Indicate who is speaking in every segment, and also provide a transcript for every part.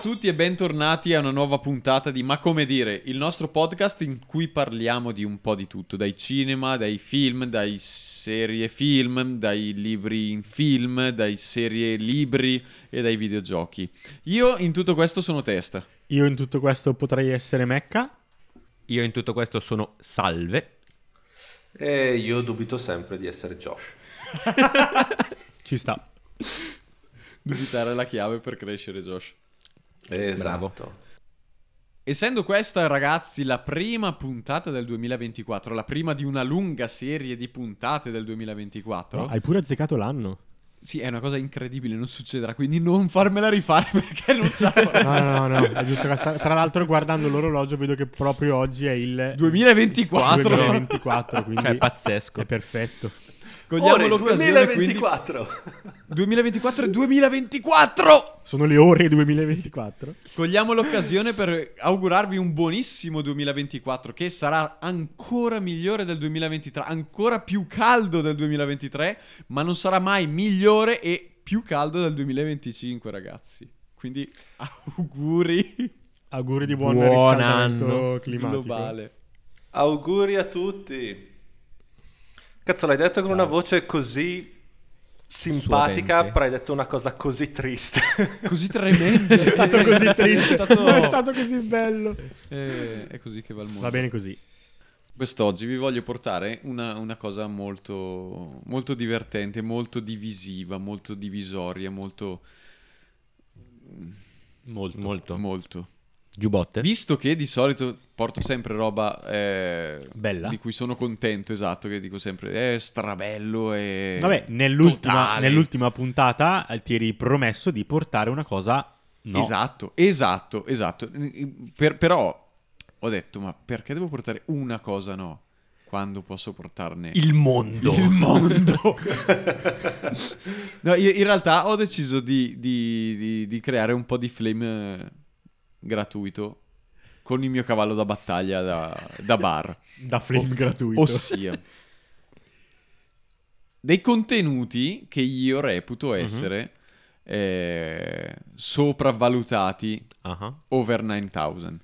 Speaker 1: tutti e bentornati a una nuova puntata di Ma come dire, il nostro podcast in cui parliamo di un po' di tutto, dai cinema, dai film, dai serie film, dai libri in film, dai serie libri e dai videogiochi. Io in tutto questo sono testa.
Speaker 2: Io in tutto questo potrei essere Mecca.
Speaker 3: Io in tutto questo sono Salve.
Speaker 4: E io dubito sempre di essere Josh.
Speaker 2: Ci sta.
Speaker 1: Dubitare è la chiave per crescere, Josh.
Speaker 4: Esatto.
Speaker 1: Essendo questa, ragazzi, la prima puntata del 2024, la prima di una lunga serie di puntate del 2024.
Speaker 2: Hai pure azzeccato l'anno.
Speaker 1: Sì, è una cosa incredibile, non succederà, quindi non farmela rifare perché non ce la farò.
Speaker 2: No, no, no, no, è giusto che sta- Tra l'altro, guardando l'orologio, vedo che proprio oggi è il
Speaker 1: 2024.
Speaker 2: 2024, quindi
Speaker 3: Cioè, è pazzesco.
Speaker 2: è perfetto.
Speaker 4: Ore
Speaker 1: Godiamo l'occasione, quindi-
Speaker 4: 2024.
Speaker 1: 2024 e 2024!
Speaker 2: Sono le ore 2024.
Speaker 1: Cogliamo l'occasione per augurarvi un buonissimo 2024 che sarà ancora migliore del 2023, ancora più caldo del 2023, ma non sarà mai migliore e più caldo del 2025, ragazzi. Quindi auguri
Speaker 2: Auguri di buon,
Speaker 3: Buon
Speaker 2: riscaldamento
Speaker 3: anno.
Speaker 2: climatico.
Speaker 1: globale.
Speaker 4: Auguri a tutti. Cazzo, l'hai detto con una voce così simpatica,
Speaker 3: Suavente.
Speaker 4: però hai detto una cosa così triste.
Speaker 1: Così tremendo. è
Speaker 2: È stato così triste.
Speaker 1: È stato-
Speaker 2: È stato così bello.
Speaker 1: Eh, è così che va il mondo.
Speaker 2: Va bene così.
Speaker 1: Quest'oggi vi voglio portare una, una cosa molto, molto divertente, molto divisiva, molto divisoria, molto...
Speaker 3: Molto. Molto.
Speaker 1: molto.
Speaker 3: Giubotte.
Speaker 1: Visto che di solito porto sempre roba eh,
Speaker 3: Bella.
Speaker 1: di cui sono contento, esatto, che dico sempre è strabello e...
Speaker 2: Vabbè, nell'ultima,
Speaker 1: Eh, totale".
Speaker 2: nell'ultima puntata eh, ti eri promesso di portare una cosa. No.
Speaker 1: Esatto, esatto, esatto. Per- però ho detto, ma perché devo portare una cosa no? Quando posso portarne...
Speaker 3: Il mondo.
Speaker 1: Il mondo. no, in in realtà ho deciso di, di- di- di creare un po' di flame eh, gratuito con il mio cavallo da battaglia da, da bar.
Speaker 2: Da flame gratuito.
Speaker 1: Ossia, dei contenuti che io reputo essere eh, sopravvalutati
Speaker 3: Ah,
Speaker 1: over 9000.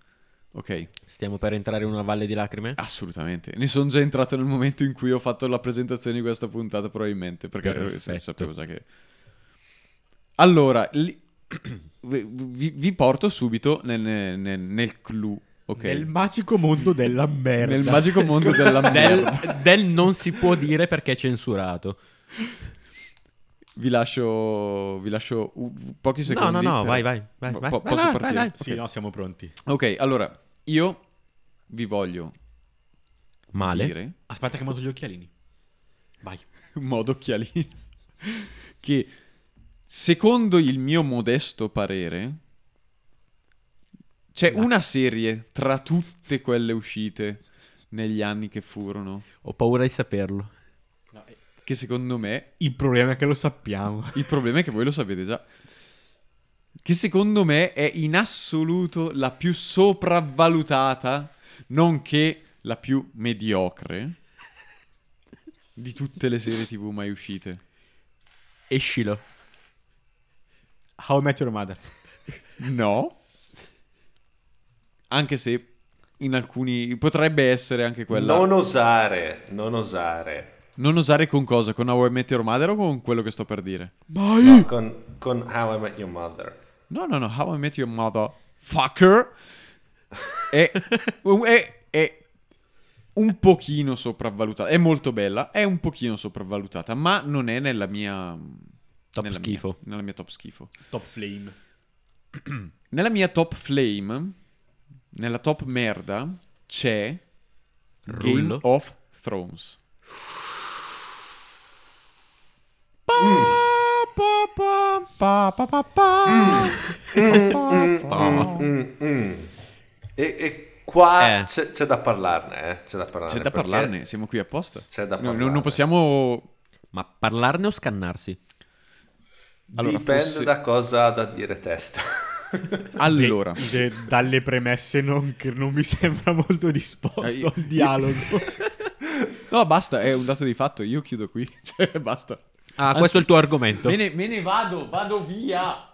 Speaker 1: Ok?
Speaker 3: Stiamo per entrare in una valle di lacrime?
Speaker 1: Assolutamente. Ne sono già entrato nel momento in cui ho fatto la presentazione di questa puntata, probabilmente, perché
Speaker 3: Perfetto.
Speaker 1: eh, sapevo già che... Allora, li- vi, vi porto subito nel, nel, nel clou, ok?
Speaker 2: Nel magico mondo della merda.
Speaker 1: Nel magico mondo della
Speaker 3: Del,
Speaker 1: merda.
Speaker 3: del non si può dire perché è censurato.
Speaker 1: Vi lascio, vi lascio u- pochi
Speaker 3: No,
Speaker 1: secondi.
Speaker 3: no, no,
Speaker 1: per-
Speaker 3: vai, vai. vai,
Speaker 1: Po-
Speaker 3: vai,
Speaker 1: posso
Speaker 3: vai, vai,
Speaker 1: partire?
Speaker 3: vai, vai.
Speaker 2: Sì, no, siamo pronti.
Speaker 1: Ok, allora, io vi voglio
Speaker 3: Male.
Speaker 1: dire...
Speaker 2: Aspetta che mando gli occhialini. Vai.
Speaker 1: modo occhialino, che secondo il mio modesto parere c'è una serie tra tutte quelle uscite negli anni che furono
Speaker 3: Ho paura di saperlo.
Speaker 1: che secondo me
Speaker 2: Il problema è che lo sappiamo.
Speaker 1: il problema è che voi lo sapete già che secondo me è in assoluto la più sopravvalutata nonché la più mediocre di tutte le serie TV mai uscite.
Speaker 3: Escilo.
Speaker 2: How I Met Your Mother.
Speaker 1: No. Anche se in alcuni potrebbe essere anche quella. Non,
Speaker 4: Non osare, non osare.
Speaker 1: osare con cosa? Con How I Met Your Mother o con quello che sto per dire?
Speaker 4: No, con, con How I Met Your Mother.
Speaker 1: No, no, no, How I Met Your Mother fucker è, è- è un pochino sopravvalutata. È molto bella, è un pochino sopravvalutata, ma non è nella mia
Speaker 3: Top
Speaker 1: nella mia-
Speaker 3: schifo.
Speaker 1: nella mia top schifo.
Speaker 2: Top Flame.
Speaker 1: Nella mia top flame, nella top merda, c'è Game
Speaker 3: Rullo.
Speaker 1: of Thrones. Ah.
Speaker 4: Mm, mm. E, e qua
Speaker 3: Eh.
Speaker 4: c'è, c'è da parlarne, eh, C'è da parlarne.
Speaker 1: C'è da
Speaker 4: perché
Speaker 1: parlarne, siamo qui apposta.
Speaker 4: C'è da
Speaker 1: No, non- Non
Speaker 4: parlarne.
Speaker 1: possiamo...
Speaker 3: Ma parlarne o scannarsi?
Speaker 1: Allora,
Speaker 4: Dipende
Speaker 1: forse-
Speaker 4: da cosa ha da dire testa.
Speaker 1: Allora,
Speaker 2: dalle premesse non, che non mi sembra molto
Speaker 1: Eh,
Speaker 2: disposto
Speaker 1: io-
Speaker 2: al dialogo.
Speaker 1: no, basta, è un dato di fatto, io chiudo qui, cioè, basta.
Speaker 3: Ah, questo è il tuo argomento.
Speaker 1: Me ne, me ne vado, vado via.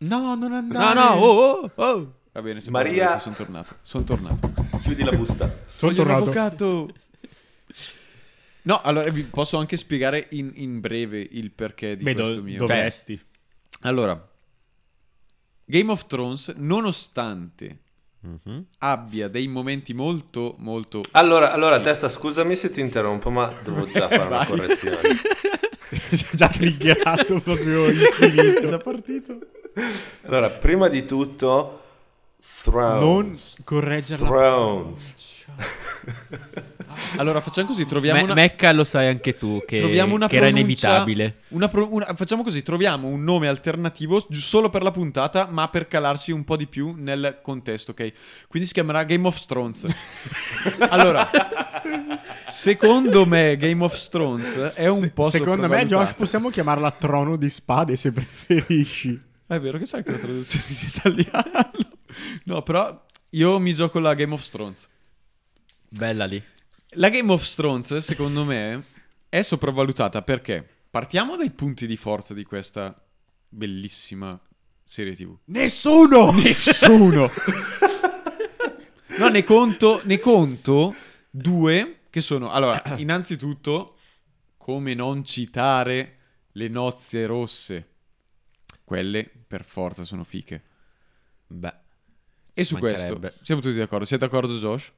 Speaker 1: No, non
Speaker 3: No,
Speaker 1: andare.
Speaker 3: no, oh, oh, oh.
Speaker 1: Va bene, se
Speaker 4: Maria-
Speaker 1: Maria... Sono tornato. Sono tornato.
Speaker 4: Chiudi la busta.
Speaker 2: Sono
Speaker 1: Voglio un
Speaker 2: tornato.
Speaker 1: avvocato. No, allora vi posso anche spiegare in, in breve il perché di
Speaker 2: Beh, do-
Speaker 1: questo mio.
Speaker 2: dovresti.
Speaker 1: Allora, Game of Thrones, nonostante
Speaker 4: Mm-hmm.
Speaker 3: Eh,
Speaker 1: abbia dei momenti molto, molto...
Speaker 4: Allora, allora, testa, scusami se ti interrompo, ma devo già fare una correzione.
Speaker 2: già triggerato proprio infinito.
Speaker 1: partito.
Speaker 4: Allora, prima di tutto,
Speaker 2: Non
Speaker 4: Thrones.
Speaker 2: correggerla.
Speaker 4: Thrones.
Speaker 1: Allora, facciamo così, troviamo
Speaker 3: Me-
Speaker 1: una...
Speaker 3: Mecca lo sai anche tu che,
Speaker 1: Troviamo una
Speaker 3: che era
Speaker 1: pronuncia-
Speaker 3: inevitabile.
Speaker 1: una pro- una- facciamo così, troviamo un nome alternativo gi- solo per la puntata, ma per calarsi un po' di più nel contesto, ok? Quindi si chiamerà Game of Thrones. allora, secondo me Game of Thrones è un
Speaker 2: Se-
Speaker 1: po'
Speaker 2: Secondo me, Josh,
Speaker 1: sopravvalutato.
Speaker 2: possiamo chiamarla Trono di Spade se preferisci.
Speaker 1: È vero che c'è anche la traduzione in italiano. No, però io mi gioco la Game of Thrones.
Speaker 3: Bella lì.
Speaker 1: La Game of Thrones, secondo me, è sopravvalutata perché partiamo dai punti di forza di questa bellissima serie TV. Nessuno! Nessuno! no, ne conto, ne conto due che sono... Allora, innanzitutto, come non citare le nozze rosse? Quelle per forza sono fiche.
Speaker 3: Beh.
Speaker 1: E su questo
Speaker 3: Mancherebbe.
Speaker 1: siamo tutti d'accordo. Siete d'accordo, Josh?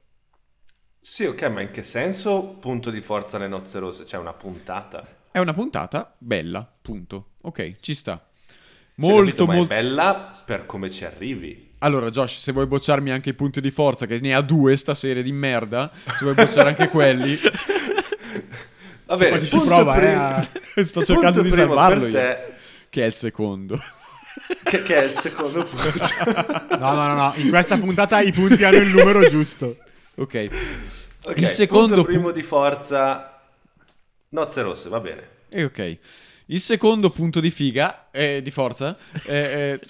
Speaker 4: Sì, ok, ma in che senso punto di forza le nozze rose? C'è una puntata.
Speaker 1: È una puntata bella, punto. Ok, ci sta.
Speaker 4: Sì,
Speaker 1: Molto,
Speaker 4: capito, ma è
Speaker 1: molto.
Speaker 4: bella per come ci arrivi.
Speaker 1: Allora, Josh, se vuoi bocciarmi anche i punti di forza, che ne ha due sta serie di merda, se vuoi bocciare anche quelli,
Speaker 2: Cioè,
Speaker 4: Va bene,
Speaker 2: poi ci si
Speaker 4: punto
Speaker 2: prova, eh,
Speaker 4: primo-
Speaker 2: a-
Speaker 1: sto cercando
Speaker 4: punto
Speaker 1: di
Speaker 4: primo
Speaker 1: salvarlo
Speaker 4: per
Speaker 1: io,
Speaker 4: te,
Speaker 1: che è il secondo.
Speaker 4: che, che è il secondo punto.
Speaker 2: No, no, no, no. In questa puntata i punti hanno il numero giusto.
Speaker 1: Ok,
Speaker 4: Ok,
Speaker 1: Il secondo
Speaker 4: punto
Speaker 1: pu-
Speaker 4: primo di forza nozze rosse, va bene.
Speaker 1: e ok. Il secondo punto di figa, eh, di forza, eh, è...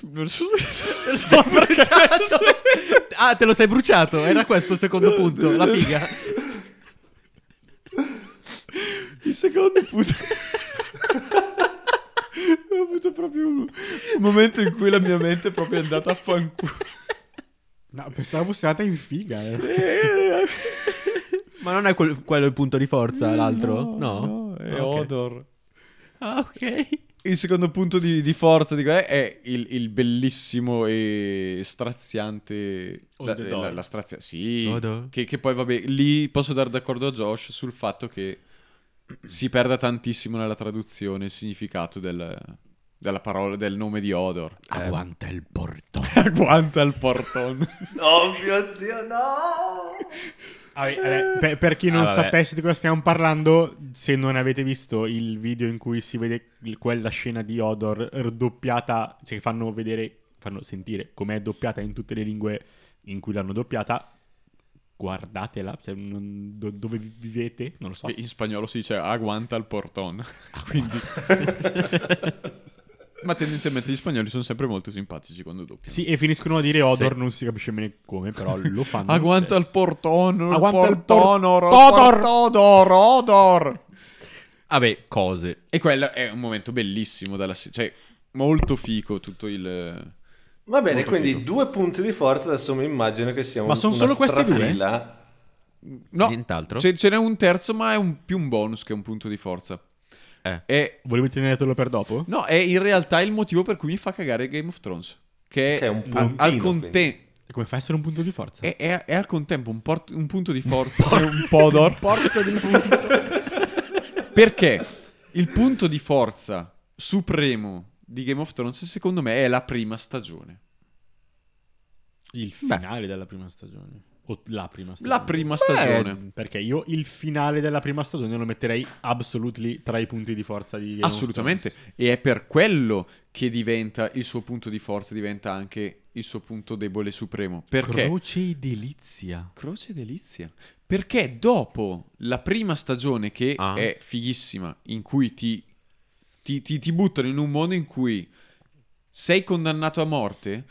Speaker 3: Ah, te lo sei bruciato. Era questo il secondo punto. La figa.
Speaker 1: Il secondo punto. Ho avuto proprio un, un momento in cui la mia mente è proprio andata a fanculo.
Speaker 2: No, pensavo fosse andata in figa. eh.
Speaker 3: Ma non è quel- quello il punto di forza, l'altro? No.
Speaker 1: è
Speaker 3: Ah, ok.
Speaker 1: Odor.
Speaker 3: Ah, ok.
Speaker 1: Il secondo punto di, di forza di, è il, il bellissimo e straziante.
Speaker 2: Hold
Speaker 1: La, eh,
Speaker 2: the door.
Speaker 1: la, la strazia- sì.
Speaker 3: Odor.
Speaker 1: Che, che poi, vabbè, lì posso dare d'accordo a Josh sul fatto che si perda tantissimo nella traduzione il significato del- della parola, del nome di Odor.
Speaker 3: Aguanta il porto.
Speaker 1: Agguanta il portone.
Speaker 4: Oh mio Dio, no!
Speaker 2: Vabbè, Ah, vabbè, per, per chi non
Speaker 3: Ah, vabbè.
Speaker 2: sapesse di cosa stiamo parlando, se non avete visto il video in cui si vede il- quella scena di Odor doppiata, cioè che fanno vedere, fanno sentire com'è doppiata in tutte le lingue in cui l'hanno doppiata, guardatela, se non- do- dove vi- vivete, non lo so.
Speaker 1: Beh, In spagnolo si dice agguanta il portone. Quindi... Ma tendenzialmente gli spagnoli sono sempre molto simpatici quando doppiano.
Speaker 2: Sì, e finiscono a dire Odor,
Speaker 3: Sì.
Speaker 2: non si capisce bene come, però lo fanno.
Speaker 1: Agguanta
Speaker 2: lo
Speaker 1: il portone, il
Speaker 2: Agguanta il
Speaker 1: portonor,
Speaker 2: portodor.
Speaker 1: portodor, odor.
Speaker 3: Vabbè, cose.
Speaker 1: E quello è un momento bellissimo della se- cioè molto fico tutto il
Speaker 4: Va bene,
Speaker 1: Molto
Speaker 4: quindi
Speaker 1: figo.
Speaker 4: due punti di forza, adesso mi immagino che siamo
Speaker 2: Ma son
Speaker 4: una
Speaker 2: solo questi due?
Speaker 4: strafila.
Speaker 1: No,
Speaker 3: Nient'altro?
Speaker 1: ce, ce n'è un terzo, ma è un- più un bonus che un punto di forza.
Speaker 3: Eh.
Speaker 1: E
Speaker 2: Volevi tenertelo per dopo?
Speaker 1: no, è in realtà il motivo per cui mi fa cagare Game of Thrones, che è,
Speaker 4: Che è un
Speaker 1: a-
Speaker 4: puntino,
Speaker 1: al contempo
Speaker 2: Come fa a essere un punto di forza?
Speaker 1: È, è- è al contempo un, port- un punto di forza e un podor.
Speaker 2: Porco di forza.
Speaker 1: Perché il punto di forza supremo di Game of Thrones, secondo me, è la prima stagione.
Speaker 2: Il finale della prima stagione. O la prima stagione.
Speaker 1: La prima stagione.
Speaker 2: Eh, Perché io il finale della prima stagione lo metterei absolutely tra i punti di forza di Game of
Speaker 1: Assolutamente.
Speaker 2: Thrones.
Speaker 1: E è per quello che diventa il suo punto di forza, diventa anche il suo punto debole supremo. Perché?
Speaker 2: Croce e delizia.
Speaker 1: Croce e delizia. Perché dopo la prima stagione, che
Speaker 3: Ah.
Speaker 1: è fighissima, in cui ti, ti, ti- ti buttano in un mondo in cui sei condannato a morte,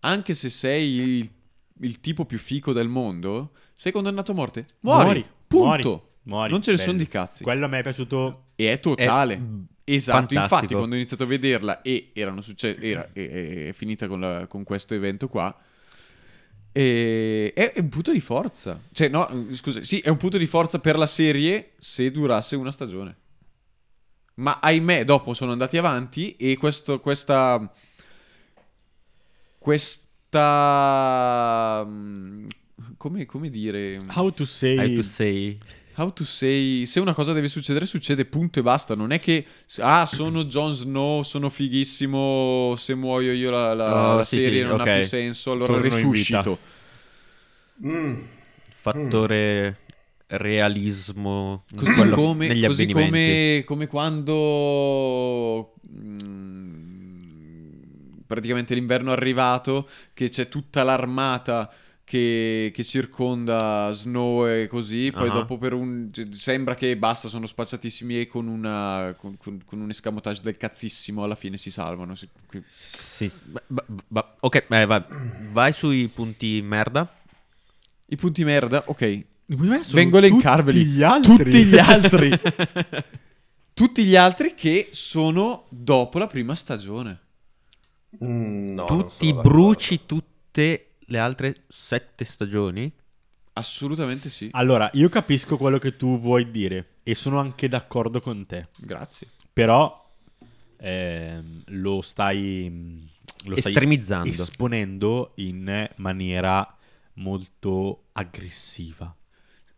Speaker 1: anche se sei il, il tipo più fico del mondo, sei condannato a morte. Muori. punto.
Speaker 2: Muori.
Speaker 1: Non ce ne sono
Speaker 2: Bello.
Speaker 1: di cazzi.
Speaker 2: Quello a me è piaciuto
Speaker 1: E è totale.
Speaker 3: È-
Speaker 1: Esatto,
Speaker 3: Fantastico.
Speaker 1: infatti quando ho iniziato a vederla e erano succe- era, e- e- è finita con, la- con questo evento qua, e- è, è un punto di forza. Cioè, no, scusa, sì, è un punto di forza per la serie se durasse una stagione. Ma ahimè, dopo sono andati avanti e questo, questa... Questa... mm, Come, come dire...
Speaker 2: How to say...
Speaker 3: Hai tu sei.
Speaker 1: How to say, se una cosa deve succedere, succede, punto e basta. Non è che, ah, sono Jon Snow, sono fighissimo, se muoio io la, la-
Speaker 3: Oh,
Speaker 1: la
Speaker 3: sì,
Speaker 1: serie
Speaker 3: sì,
Speaker 1: non
Speaker 3: ok.
Speaker 1: ha più senso, allora
Speaker 2: Torno in
Speaker 1: risuscito.
Speaker 4: Mm.
Speaker 3: Fattore realismo. in
Speaker 1: Così,
Speaker 3: quello-
Speaker 1: come,
Speaker 3: negli
Speaker 1: così
Speaker 3: avvenimenti.
Speaker 1: come, come quando... mm, Praticamente l'inverno è arrivato, che c'è tutta l'armata che, che circonda Snow e così. Poi
Speaker 3: Ah.
Speaker 1: dopo per un... c- Sembra che basta, sono spacciatissimi e con, una, con, con- con un escamotage del cazzissimo alla fine si salvano. Si- qui-
Speaker 3: Sì, sì. Ba- ba- ba- ok, eh, vai. vai sui punti merda.
Speaker 1: I punti merda, ok.
Speaker 2: Secondo me sono
Speaker 1: Vengo a
Speaker 2: tutti
Speaker 1: elencarveli.
Speaker 2: gli altri.
Speaker 1: Tutti gli altri. Tutti gli altri che sono dopo la prima stagione.
Speaker 4: Mm, no, non
Speaker 3: Tutti
Speaker 4: sono
Speaker 3: bruci tutte le altre sette stagioni.
Speaker 1: Assolutamente sì.
Speaker 2: Allora, io capisco quello che tu vuoi dire e sono anche d'accordo con te,
Speaker 1: Grazie.
Speaker 2: però ehm, lo stai... Lo stai
Speaker 3: Estremizzando.
Speaker 2: Esponendo in maniera molto aggressiva.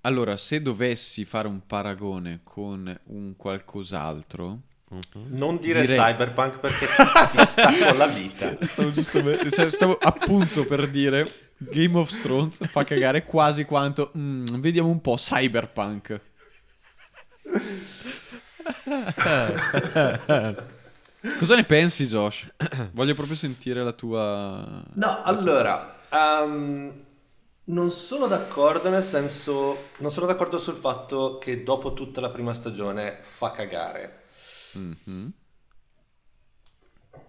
Speaker 1: Allora, se dovessi fare un paragone con un qualcos'altro,
Speaker 3: Mhm.
Speaker 4: d'accordo. Non dire
Speaker 1: Direi-
Speaker 4: cyberpunk perché ti sta con la vita.
Speaker 1: stavo giusto per- cioè, stavo appunto per dire Game of Thrones fa cagare quasi quanto mm, vediamo un po' Cyberpunk. Cosa ne pensi, Josh? Voglio proprio sentire la tua
Speaker 4: No, allora, ehm, non sono d'accordo nel senso, non sono d'accordo sul fatto che dopo tutta la prima stagione fa cagare.
Speaker 1: Mhm.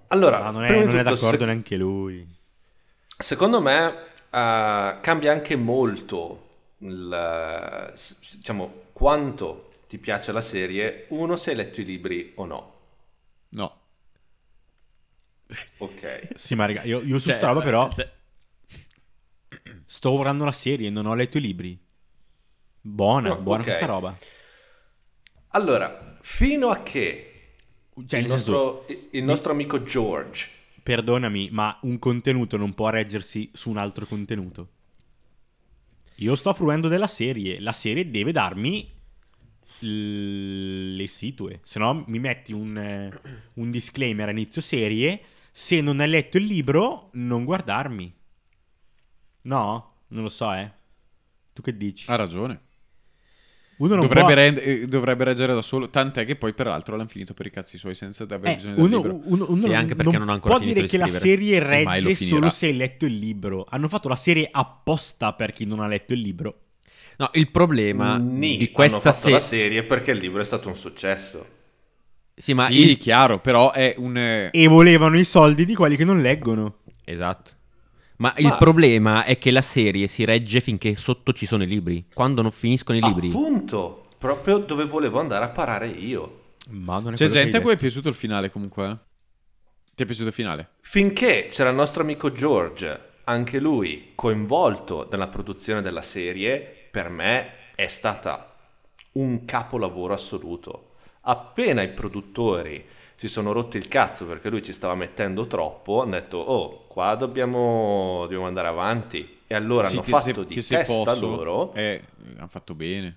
Speaker 4: Allora,
Speaker 2: Ma non è,
Speaker 4: Ah, prima di
Speaker 2: non è
Speaker 4: tutto,
Speaker 2: d'accordo
Speaker 4: se-
Speaker 2: neanche lui.
Speaker 4: secondo me eh, cambia anche molto il, eh, s- s- diciamo, quanto ti piace la serie, uno se hai letto i libri o no.
Speaker 1: No.
Speaker 4: Ok.
Speaker 2: Sì, ma raga, io, io su
Speaker 3: Cioè,
Speaker 2: sta roba però
Speaker 3: cioè,
Speaker 2: sto guardando la serie, non ho letto i libri. Buona,
Speaker 4: No,
Speaker 2: buona
Speaker 4: ok.
Speaker 2: questa roba.
Speaker 4: Allora, fino a che
Speaker 2: Cioè,
Speaker 4: il,
Speaker 2: nel senso,
Speaker 4: nostro, il- il nostro amico George
Speaker 2: perdonami, ma un contenuto non può reggersi su un altro contenuto. Io sto fruendo della serie, la serie deve darmi l- le situe, se no mi metti un, eh, un disclaimer a inizio serie, se non hai letto il libro non guardarmi. No? Non lo so, eh. Tu che dici?
Speaker 1: Ha ragione.
Speaker 2: Uno non
Speaker 1: Ah, Dovrebbe,
Speaker 2: può-
Speaker 1: rend- eh, dovrebbe reggere da solo, tant'è che poi peraltro l'hanno finito per i cazzi suoi senza aver
Speaker 2: Eh,
Speaker 1: bisogno del
Speaker 2: uno,
Speaker 1: libro.
Speaker 2: uno- uno
Speaker 3: Sì, anche perché non ha ancora
Speaker 2: può dire
Speaker 3: finito di
Speaker 2: che la
Speaker 3: scrivere.
Speaker 2: serie
Speaker 1: E mai lo
Speaker 2: regge
Speaker 1: finirà.
Speaker 2: solo se hai letto il libro. Hanno fatto la serie apposta per chi non ha letto il libro.
Speaker 3: No, il problema
Speaker 4: Ni
Speaker 3: Eh, di
Speaker 4: Mm, hanno
Speaker 3: questa
Speaker 4: fatto la
Speaker 3: serie...
Speaker 4: serie perché il libro è stato un successo.
Speaker 3: Sì, ma
Speaker 1: sì,
Speaker 3: il-
Speaker 1: chiaro, però è un... eh,
Speaker 2: E volevano i soldi di quelli che non leggono.
Speaker 3: Esatto. Ma, il problema è che la serie si regge finché sotto ci sono i libri. Quando non finiscono i
Speaker 4: Ah,
Speaker 3: libri...
Speaker 4: Appunto, proprio dove volevo andare a parare io.
Speaker 2: Ma non è
Speaker 1: C'è
Speaker 2: quello che
Speaker 1: Cioè, gente a
Speaker 2: hai
Speaker 1: cui è piaciuto il finale comunque. eh? Ti è piaciuto il finale?
Speaker 4: Finché c'era il nostro amico George, anche lui coinvolto nella produzione della serie, per me è stata un capolavoro assoluto. Appena i produttori si sono rotti il cazzo perché lui ci stava mettendo troppo, hanno detto "Oh, qua dobbiamo, dobbiamo andare avanti". E allora
Speaker 1: Sì,
Speaker 4: hanno
Speaker 1: che
Speaker 4: fatto
Speaker 1: se-
Speaker 4: di
Speaker 1: che se
Speaker 4: testa
Speaker 1: posso,
Speaker 4: loro
Speaker 1: eh, hanno fatto bene.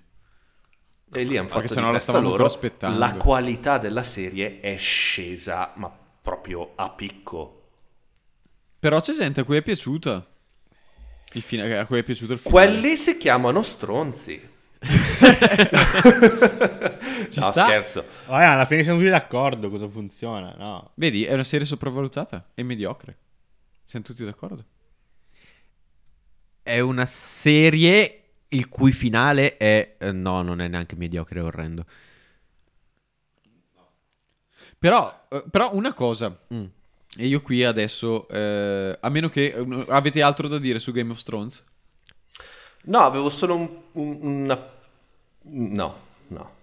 Speaker 4: E lì hanno
Speaker 1: Perché
Speaker 4: fatto
Speaker 1: se no
Speaker 4: di
Speaker 1: la
Speaker 4: testa
Speaker 1: stavamo
Speaker 4: loro.
Speaker 1: ancora aspettando.
Speaker 4: La qualità della serie è scesa, ma proprio a picco.
Speaker 1: Però c'è gente a cui è piaciuta. Il fine- a cui è piaciuto il finale.
Speaker 4: Quelli si chiamano stronzi.
Speaker 1: Ci
Speaker 4: no,
Speaker 1: sta.
Speaker 4: scherzo.
Speaker 2: detto. Vabbè, alla fine siamo tutti d'accordo cosa funziona, no?
Speaker 1: Vedi, è una serie sopravvalutata e mediocre. Siamo tutti d'accordo?
Speaker 3: È una serie il cui finale è... eh, No, non è neanche mediocre, è orrendo.
Speaker 1: Però, eh, però una cosa,
Speaker 3: Mm.
Speaker 1: e io qui adesso, eh, a meno che eh, avete altro da dire su Game of Thrones?
Speaker 4: No, avevo solo un, un- una... No, no.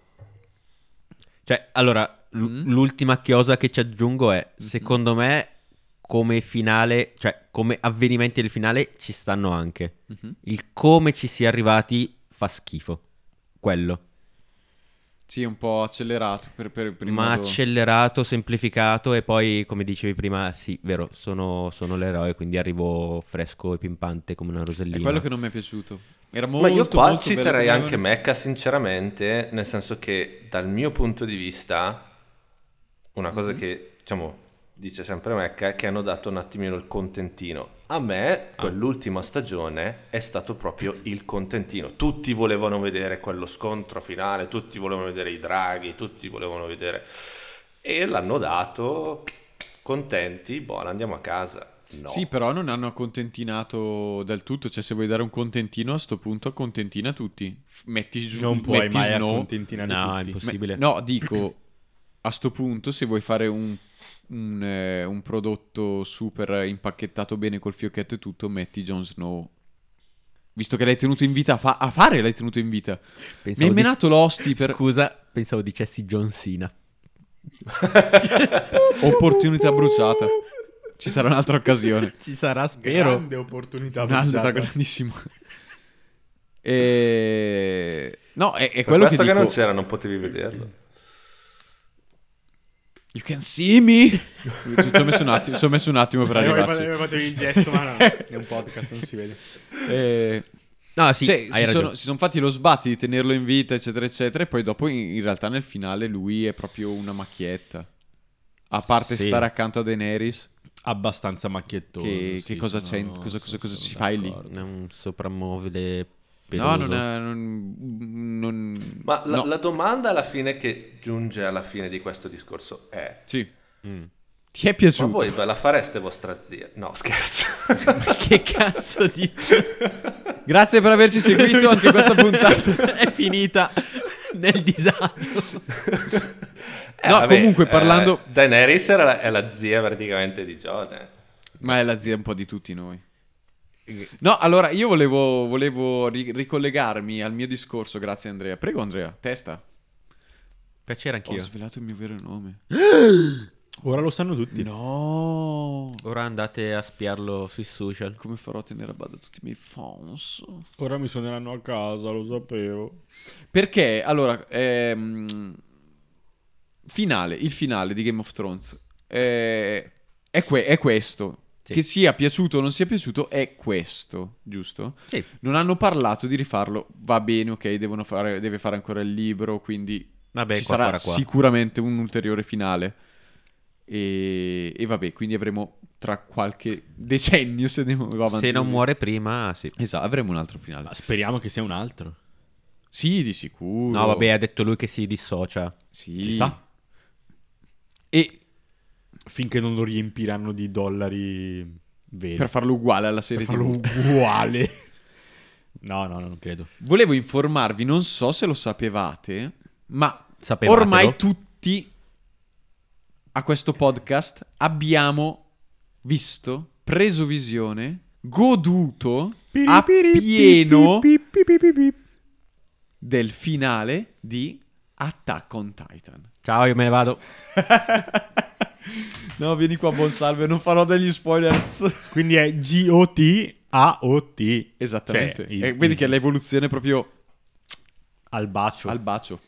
Speaker 3: Cioè, allora, L-
Speaker 1: Mm. Mm-hmm.
Speaker 3: L'ultima chiosa che ci aggiungo è, secondo me, come finale, cioè come avvenimenti del finale ci stanno anche.
Speaker 1: Mhm.
Speaker 3: Il come ci si è arrivati fa schifo. Quello.
Speaker 1: Sì, un po' accelerato per, per, per il
Speaker 3: Ma
Speaker 1: modo-
Speaker 3: accelerato, semplificato e poi, come dicevi prima, sì, vero, sono, sono l'eroe, quindi arrivo fresco e pimpante come una rosellina.
Speaker 1: È quello che non mi è piaciuto. Era molto,
Speaker 4: Ma io qua
Speaker 1: molto bello
Speaker 4: citerei
Speaker 1: come-
Speaker 4: anche Mecca, sinceramente, nel senso che dal mio punto di vista, una cosa
Speaker 1: Mhm.
Speaker 4: che diciamo dice sempre Mecca è che hanno dato un attimino il contentino. A me,
Speaker 1: Ah.
Speaker 4: quell'ultima stagione è stato proprio il contentino. Tutti volevano vedere quello scontro finale, tutti volevano vedere i draghi, tutti volevano vedere. E l'hanno dato contenti, buona, andiamo a casa. No.
Speaker 1: Sì, però non hanno accontentinato del tutto. Cioè, se vuoi dare un contentino a sto punto, accontentina tutti. F- Metti giù,
Speaker 2: Non puoi
Speaker 1: metti
Speaker 2: mai
Speaker 1: Snow.
Speaker 2: accontentinare
Speaker 3: No, è
Speaker 2: tutti.
Speaker 1: Me-
Speaker 3: impossibile.
Speaker 1: No, dico, a sto punto, se vuoi fare un, un, eh, un prodotto super impacchettato bene col fiocchetto e tutto, metti Jon Snow. Visto che l'hai tenuto in vita a, fa- a fare, l'hai tenuto in vita. Mi hai
Speaker 3: dic-
Speaker 1: menato l'osti per
Speaker 3: Scusa, pensavo dicessi John Cena.
Speaker 1: opportunità bruciata. Ci sarà un'altra occasione.
Speaker 3: Ci sarà, spero.
Speaker 2: Grande opportunità
Speaker 1: Un'altra
Speaker 2: bruciata.
Speaker 1: grandissima. E... No, è, è
Speaker 4: Per
Speaker 1: quello che
Speaker 4: questo
Speaker 1: dico.
Speaker 4: che non c'era, non potevi vederlo.
Speaker 1: You can see me. ci, ci ho messo un attimo, ci ho messo un attimo per
Speaker 2: Eh, avevo
Speaker 1: arrivarci.
Speaker 2: fatto- avevo fatto il gesto, ma no, è un podcast, non si vede.
Speaker 1: Eh,
Speaker 3: No, sì,
Speaker 1: cioè, si,
Speaker 3: hai ragione.
Speaker 1: sono, si sono fatti lo sbatti di tenerlo in vita, eccetera, eccetera. E poi dopo, in, in realtà, nel finale lui è proprio una macchietta. A parte
Speaker 3: Sì.
Speaker 1: stare accanto a Daenerys,
Speaker 5: Abbastanza macchiettoso.
Speaker 1: Che- che
Speaker 5: sì,
Speaker 1: cosa
Speaker 5: sono-
Speaker 1: c'è in- cosa- cosa-
Speaker 5: sono-
Speaker 1: cosa
Speaker 5: sono
Speaker 1: ci fai lì?
Speaker 5: d'accordo.
Speaker 3: È un soprammobile peloso.
Speaker 1: no, non, è- non, non-
Speaker 4: Ma la,
Speaker 1: no.
Speaker 4: la domanda alla fine che giunge alla fine di questo discorso è:
Speaker 1: Sì.
Speaker 3: Mm.
Speaker 1: Ti è
Speaker 4: ma
Speaker 1: piaciuto?
Speaker 4: voi ve la fareste vostra zia? No, scherzo.
Speaker 3: Che cazzo di...
Speaker 1: Grazie per averci seguito anche questa puntata.
Speaker 3: è finita nel disagio.
Speaker 4: Eh,
Speaker 1: No, comunque, parlando-
Speaker 4: eh, Daenerys era la- è la zia praticamente di Jon. eh.
Speaker 1: Ma è la zia un po' di tutti noi. No, allora io volevo, volevo ri- ricollegarmi al mio discorso, grazie Andrea. Prego Andrea, testa.
Speaker 3: Piacere
Speaker 1: Ho
Speaker 3: anch'io.
Speaker 1: svelato il mio vero nome.
Speaker 2: Ora lo sanno tutti.
Speaker 1: No.
Speaker 3: Ora andate a spiarlo sui social.
Speaker 1: Come farò a tenere a bada tutti i miei fans?
Speaker 2: Ora mi suoneranno a casa, lo sapevo.
Speaker 1: Perché, allora, ehm, finale, il finale di Game of Thrones eh, è, que- è questo.
Speaker 3: Sì.
Speaker 1: Che sia piaciuto o non sia piaciuto è questo, giusto?
Speaker 3: Sì.
Speaker 1: Non hanno parlato di rifarlo, va bene, ok, devono fare, deve fare ancora il libro, quindi
Speaker 3: Vabbè,
Speaker 1: ci
Speaker 3: qua,
Speaker 1: sarà
Speaker 3: qua, qua.
Speaker 1: sicuramente un ulteriore finale. E, e vabbè, quindi avremo tra qualche decennio, se andiamo avanti
Speaker 3: Se non
Speaker 1: così.
Speaker 3: muore prima, sì.
Speaker 1: Esatto, avremo un altro finale.
Speaker 2: Ma speriamo che sia un altro.
Speaker 1: Sì, di sicuro.
Speaker 3: No, vabbè, ha detto lui che si dissocia.
Speaker 1: Sì.
Speaker 2: Ci sta.
Speaker 1: E
Speaker 2: Finché non lo riempiranno di dollari veri.
Speaker 1: per farlo uguale alla
Speaker 2: Per
Speaker 1: serie
Speaker 2: farlo
Speaker 1: TV.
Speaker 2: uguale. no, no, no, non credo.
Speaker 1: Volevo informarvi, non so se lo sapevate, ma
Speaker 3: Sapevatelo.
Speaker 1: ormai tutti a questo podcast abbiamo visto, preso visione, goduto a pieno del finale di Attack on Titan.
Speaker 3: Ciao, io me ne vado.
Speaker 1: No, vieni qua, buon salve, non farò degli spoilers.
Speaker 2: Quindi è G-O-T-A-O-T.
Speaker 1: Esattamente.
Speaker 2: Cioè, il-
Speaker 1: e vedi
Speaker 2: il-
Speaker 1: che è l'evoluzione proprio
Speaker 2: Al bacio.
Speaker 1: al bacio.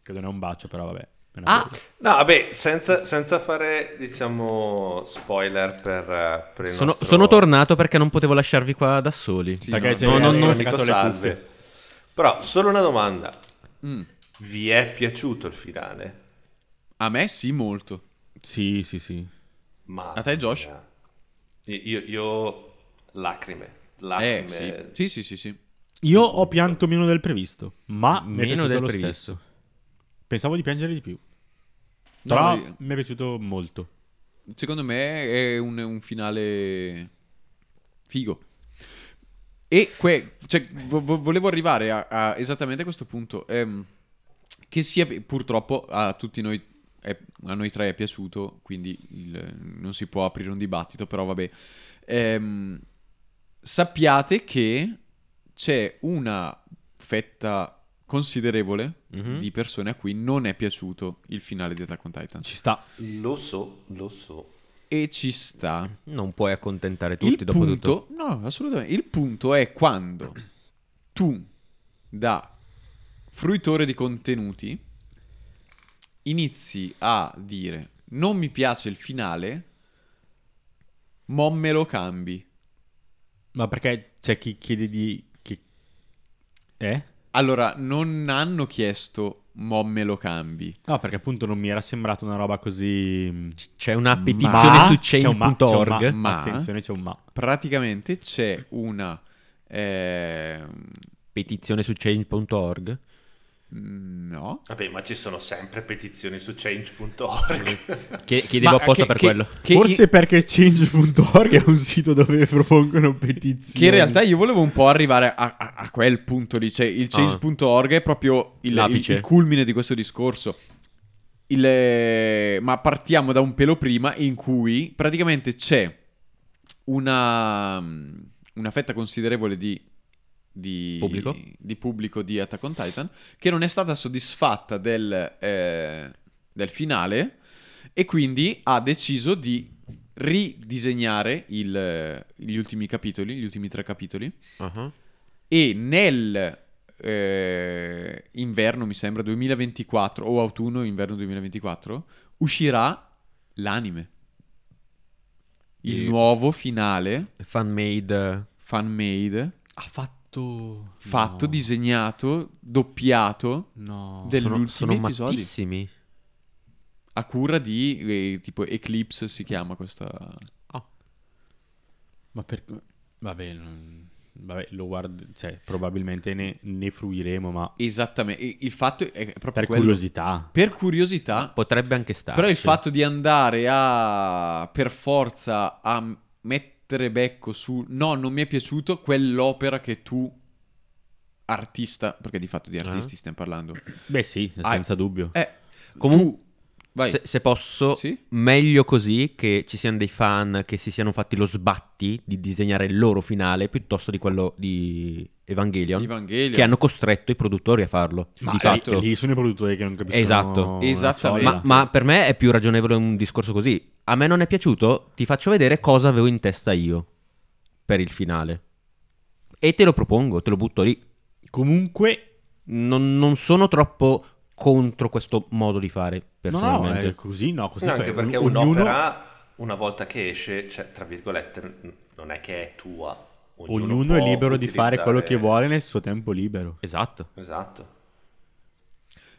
Speaker 2: Che non è un bacio, però vabbè. È una
Speaker 1: Ah,
Speaker 2: cosa.
Speaker 4: No, vabbè, senza, senza fare, diciamo, spoiler per, eh, per il
Speaker 3: Sono,
Speaker 4: nostro...
Speaker 3: sono tornato perché non potevo lasciarvi qua da soli.
Speaker 1: Sì,
Speaker 2: Perché
Speaker 1: no,
Speaker 2: c'è
Speaker 3: no,
Speaker 2: il
Speaker 3: no,
Speaker 2: nostro
Speaker 3: no.
Speaker 2: amico
Speaker 4: amico
Speaker 2: Salve.
Speaker 4: salve. Però, solo una domanda.
Speaker 1: Mm.
Speaker 4: Vi è piaciuto il finale?
Speaker 1: A me sì, molto.
Speaker 2: Sì, sì, sì.
Speaker 4: Ma...
Speaker 1: A te, Josh?
Speaker 4: Io, io, io- lacrime. Lacrime.
Speaker 1: Eh, sì. Sì, sì, sì, sì.
Speaker 2: Io ho pianto meno del previsto, ma mi è
Speaker 3: Meno
Speaker 2: piaciuto
Speaker 3: del
Speaker 2: lo
Speaker 3: previsto.
Speaker 2: stesso. Pensavo di piangere di più.
Speaker 1: No,
Speaker 2: Però
Speaker 1: ma-
Speaker 2: mi è piaciuto molto.
Speaker 1: Secondo me è un, un finale figo. E que- cioè, vo- vo- volevo arrivare a, a esattamente questo punto. ehm, che sia purtroppo a tutti noi, è- a noi tre è piaciuto, quindi il- non si può aprire un dibattito, però vabbè. Ehm, sappiate che c'è una fetta considerevole
Speaker 3: Mhm.
Speaker 1: di persone a cui non è piaciuto il finale di Attack on Titan.
Speaker 2: Ci sta.
Speaker 4: Lo so, lo so.
Speaker 1: E ci sta.
Speaker 3: Non puoi accontentare tutti
Speaker 1: Il
Speaker 3: dopo tutto.
Speaker 1: punto, no, assolutamente. Il punto è quando tu, da fruitore di contenuti, inizi a dire non mi piace il finale, ma me lo cambi.
Speaker 2: Ma perché c'è chi chiede di... Chi... Eh?
Speaker 1: Allora, non hanno chiesto ma me lo cambi.
Speaker 2: No, perché appunto non mi era sembrata una roba così... mm,
Speaker 3: C- C'è una petizione
Speaker 2: Ma-
Speaker 3: su
Speaker 2: c'è un ma- c'è un
Speaker 3: chain.org.
Speaker 2: ma-
Speaker 1: ma-
Speaker 2: Attenzione, c'è un ma.
Speaker 1: Praticamente c'è una... ehm,
Speaker 3: Petizione su change.org.
Speaker 1: no.
Speaker 4: Vabbè, ma ci sono sempre petizioni su change.org.
Speaker 3: Che chiedevo
Speaker 1: Ma
Speaker 3: apposta
Speaker 1: che-
Speaker 3: per
Speaker 1: che-
Speaker 3: quello.
Speaker 1: che-
Speaker 2: Forse perché change.org è un sito dove propongono petizioni.
Speaker 1: Che in realtà io volevo un po' arrivare a, a- a quel punto lì, cioè il
Speaker 3: Ah.
Speaker 1: change.org è proprio il, il,
Speaker 3: L'apice.
Speaker 1: il culmine di questo discorso. Il, eh, ma partiamo da un pelo prima in cui praticamente c'è una, mm, una fetta considerevole di, di-
Speaker 3: Pubblico.
Speaker 1: di pubblico di Attack on Titan che non è stata soddisfatta del, eh, del finale e quindi ha deciso di ridisegnare il, eh, gli ultimi capitoli, gli ultimi tre capitoli
Speaker 2: Uh-huh.
Speaker 3: Ah.
Speaker 1: e nel eh, inverno, mi sembra, 2024 o autunno, inverno 2024, uscirà l'anime. Il
Speaker 3: Sì.
Speaker 1: nuovo finale
Speaker 3: Fan made. eh,
Speaker 1: fan made,
Speaker 2: Ha fatto...
Speaker 1: fatto,
Speaker 2: No.
Speaker 1: disegnato, doppiato
Speaker 2: No.
Speaker 1: degli
Speaker 3: sono,
Speaker 1: ultimi
Speaker 3: sono
Speaker 1: episodi
Speaker 3: mattissimi.
Speaker 1: a cura di eh, tipo Eclipse si chiama questa
Speaker 2: Ah. Ma per... Vabbè, non- vabbè, lo guardo... Cioè, probabilmente ne, ne fruiremo, ma...
Speaker 1: esattamente e- il fatto è proprio
Speaker 2: Per
Speaker 1: quello.
Speaker 2: curiosità.
Speaker 1: per curiosità
Speaker 3: Potrebbe anche stare.
Speaker 1: Però il fatto di andare a per forza a m- mettere becco su no, non mi è piaciuto quell'opera che tu artista, perché di fatto di
Speaker 3: Ah.
Speaker 1: artisti stiamo parlando.
Speaker 2: Beh sì,
Speaker 1: Ah,
Speaker 2: senza dubbio.
Speaker 1: Eh,
Speaker 3: Comunque-
Speaker 1: tu- vai.
Speaker 3: Se, se posso,
Speaker 1: Sì?
Speaker 3: meglio così che ci siano dei fan che si siano fatti lo sbatti di disegnare il loro finale piuttosto di quello di Evangelion,
Speaker 1: Evangelion.
Speaker 3: che hanno costretto i produttori a farlo.
Speaker 2: Ma
Speaker 3: di
Speaker 2: lì-
Speaker 3: fatto.
Speaker 2: lì sono i produttori che non capiscono
Speaker 3: Esatto.
Speaker 2: una
Speaker 1: certo. Esattamente.
Speaker 2: ciottola.
Speaker 3: Ma, ma per me è più ragionevole un discorso così. A me non è piaciuto, ti faccio vedere cosa avevo in testa io per il finale. E te lo propongo, te lo butto lì.
Speaker 2: Comunque,
Speaker 3: Non, non sono troppo contro questo modo di fare,
Speaker 2: no, ecco. no,
Speaker 3: personalmente.
Speaker 2: è così no, così
Speaker 4: No, anche
Speaker 2: poi
Speaker 4: perché
Speaker 2: ognuno-
Speaker 4: un'opera, una volta che esce, cioè, tra virgolette, n- non è che è tua.
Speaker 2: Ognuno,
Speaker 4: può
Speaker 2: è libero di fare quello che
Speaker 4: utilizzare-
Speaker 2: vuole nel suo tempo libero.
Speaker 3: Esatto.
Speaker 4: Esatto.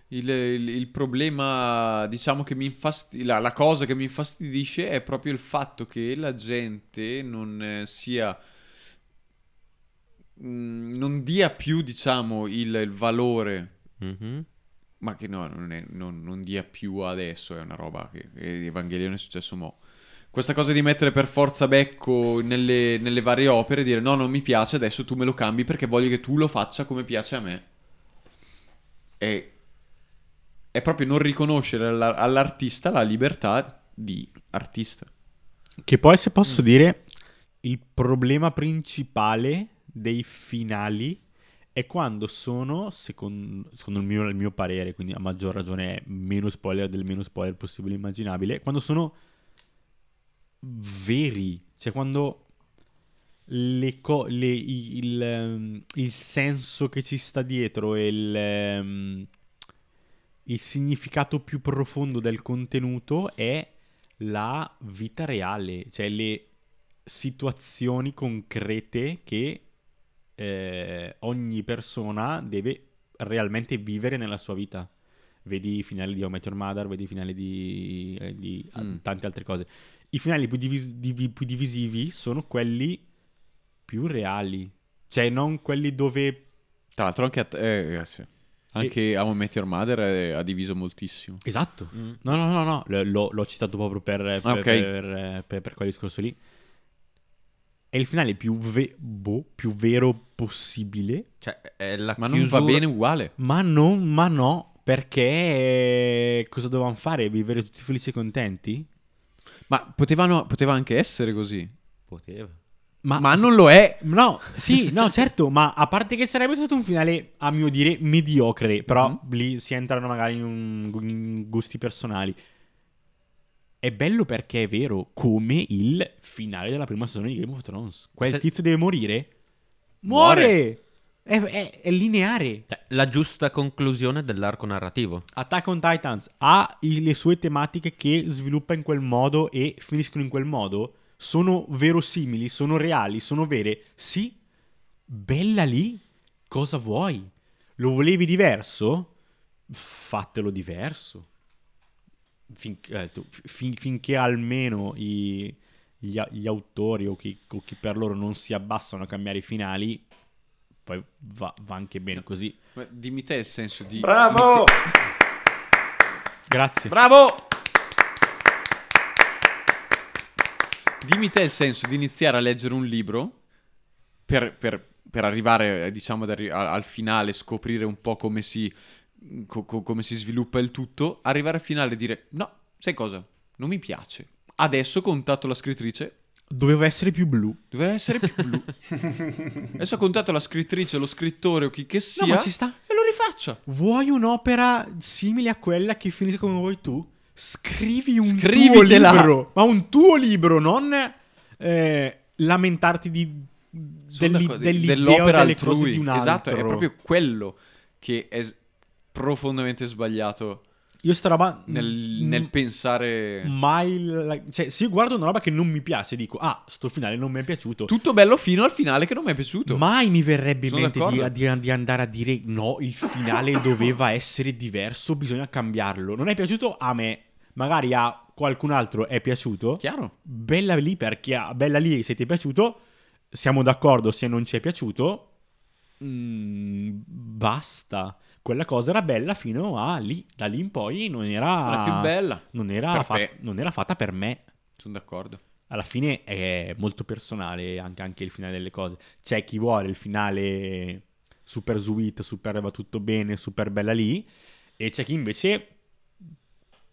Speaker 1: Il, il- il problema, diciamo che mi infastidisce, la, la cosa che mi infastidisce è proprio il fatto che la gente non eh, sia, mm, non dia più, diciamo, il, il valore,
Speaker 3: Mhm.
Speaker 1: ma che no, non, è- non- non dia più adesso, è una roba che, che Evangelion è successo mo'. Questa cosa di mettere per forza becco nelle, nelle varie opere e dire no, non mi piace, adesso tu me lo cambi perché voglio che tu lo faccia come piace a me. È, è proprio non riconoscere alla- all'artista la libertà di artista.
Speaker 2: Che poi, se posso dire, il problema principale dei finali è quando sono, secon- secondo, il, mio, il mio parere, quindi a maggior ragione è meno spoiler del meno spoiler possibile immaginabile, quando sono veri, cioè quando le co- le- i- il, ehm, il senso che ci sta dietro e il, ehm, il significato più profondo del contenuto è la vita reale, cioè le situazioni concrete che eh, ogni persona deve realmente vivere nella sua vita. Vedi i finali di How I Met Your Mother, vedi i finali di, eh, di, ah,
Speaker 1: Mm.
Speaker 2: tante altre cose. I finali più, divis- divi- più divisivi sono quelli più reali, cioè non quelli dove...
Speaker 1: Tra l'altro anche a, eh, eh, sì. anche How I Met Your Mother eh, ha diviso moltissimo.
Speaker 2: Esatto,
Speaker 3: Mm.
Speaker 2: No, no, no, no, l- l'ho, l'ho citato proprio per, per,
Speaker 1: Ah, ok.
Speaker 2: per- per- per quel discorso lì. È il finale più, ve- boh, più vero possibile,
Speaker 3: Cioè, è la
Speaker 1: Ma non
Speaker 3: chiusura...
Speaker 1: va bene uguale.
Speaker 2: ma non, ma no, perché eh, cosa dovevamo fare? Vivere tutti felici e contenti?
Speaker 1: Ma potevano, poteva anche essere così.
Speaker 3: Poteva.
Speaker 1: Ma, non lo è. No.
Speaker 2: Sì, no, certo, ma a parte che sarebbe stato un finale, a mio dire, mediocre, però lì si entrano magari in, un- in gusti personali. È bello perché è vero, come il finale della prima stagione di Game of Thrones. Quel
Speaker 3: Se-
Speaker 2: tizio deve morire? Muore! È, è- è lineare.
Speaker 3: Cioè, la giusta conclusione dell'arco narrativo.
Speaker 2: Attack on Titans ha i- le sue tematiche che sviluppa in quel modo e finiscono in quel modo. Sono verosimili, sono reali, sono vere. Sì, bella lì. Cosa vuoi? Lo volevi diverso? Fatelo diverso. Fin- eh, tu- fin- finché almeno i- gli, a- gli autori o chi, o chi per loro non si abbassano a cambiare i finali, poi va- va anche bene così.
Speaker 1: Ma dimmi te il senso di...
Speaker 4: Bravo!
Speaker 1: inizi-
Speaker 2: Grazie.
Speaker 1: Bravo! Dimmi te il senso di iniziare a leggere un libro per, per- per arrivare, eh, diciamo, ad arri- a- al finale, scoprire un po' come si, co- co- come si sviluppa il tutto, arrivare al finale e dire no, sai cosa? Non mi piace. Adesso ho contatto la scrittrice,
Speaker 2: Dovevo essere più blu.
Speaker 1: dovrei essere più blu. Adesso ho contatto la scrittrice, lo scrittore o chi che sia
Speaker 2: ma ci sta.
Speaker 1: e lo rifaccia.
Speaker 2: Vuoi un'opera simile a quella che finisce come vuoi tu? Scrivi un
Speaker 1: Scrivitela.
Speaker 2: tuo libro, ma un tuo libro, non eh, lamentarti di,
Speaker 1: Sono
Speaker 2: dell'i-
Speaker 1: d'accordo,
Speaker 2: dell'idea o
Speaker 1: dell'opera
Speaker 2: delle cose
Speaker 1: altrui.
Speaker 2: di un
Speaker 1: Esatto, è
Speaker 2: altro.
Speaker 1: proprio quello che è s- profondamente sbagliato
Speaker 2: Io sta roba
Speaker 1: nel,
Speaker 2: mm,
Speaker 1: nel pensare...
Speaker 2: mai la- cioè, se io guardo una roba che non mi piace, dico "Ah, sto finale non mi è piaciuto".
Speaker 1: Tutto bello fino al finale che non mi è piaciuto.
Speaker 2: Mai mi verrebbe in
Speaker 1: Sono
Speaker 2: mente di,
Speaker 1: d'accordo.
Speaker 2: di- di andare a dire no, il finale doveva essere diverso, bisogna cambiarlo. Non è piaciuto a me, magari a qualcun altro è piaciuto.
Speaker 1: Chiaro?
Speaker 2: Bella lì perché bella lì se ti è piaciuto, siamo d'accordo se non ci è piaciuto. mm, basta. Quella cosa era bella fino a lì, da lì in poi non era
Speaker 1: La più bella.
Speaker 2: Non era,
Speaker 1: Per
Speaker 2: fa-
Speaker 1: te.
Speaker 2: non era fatta per me
Speaker 1: Sono d'accordo.
Speaker 2: alla fine è molto personale anche, anche il finale delle cose. C'è chi vuole il finale super sweet, super va tutto bene, super bella lì, e c'è chi invece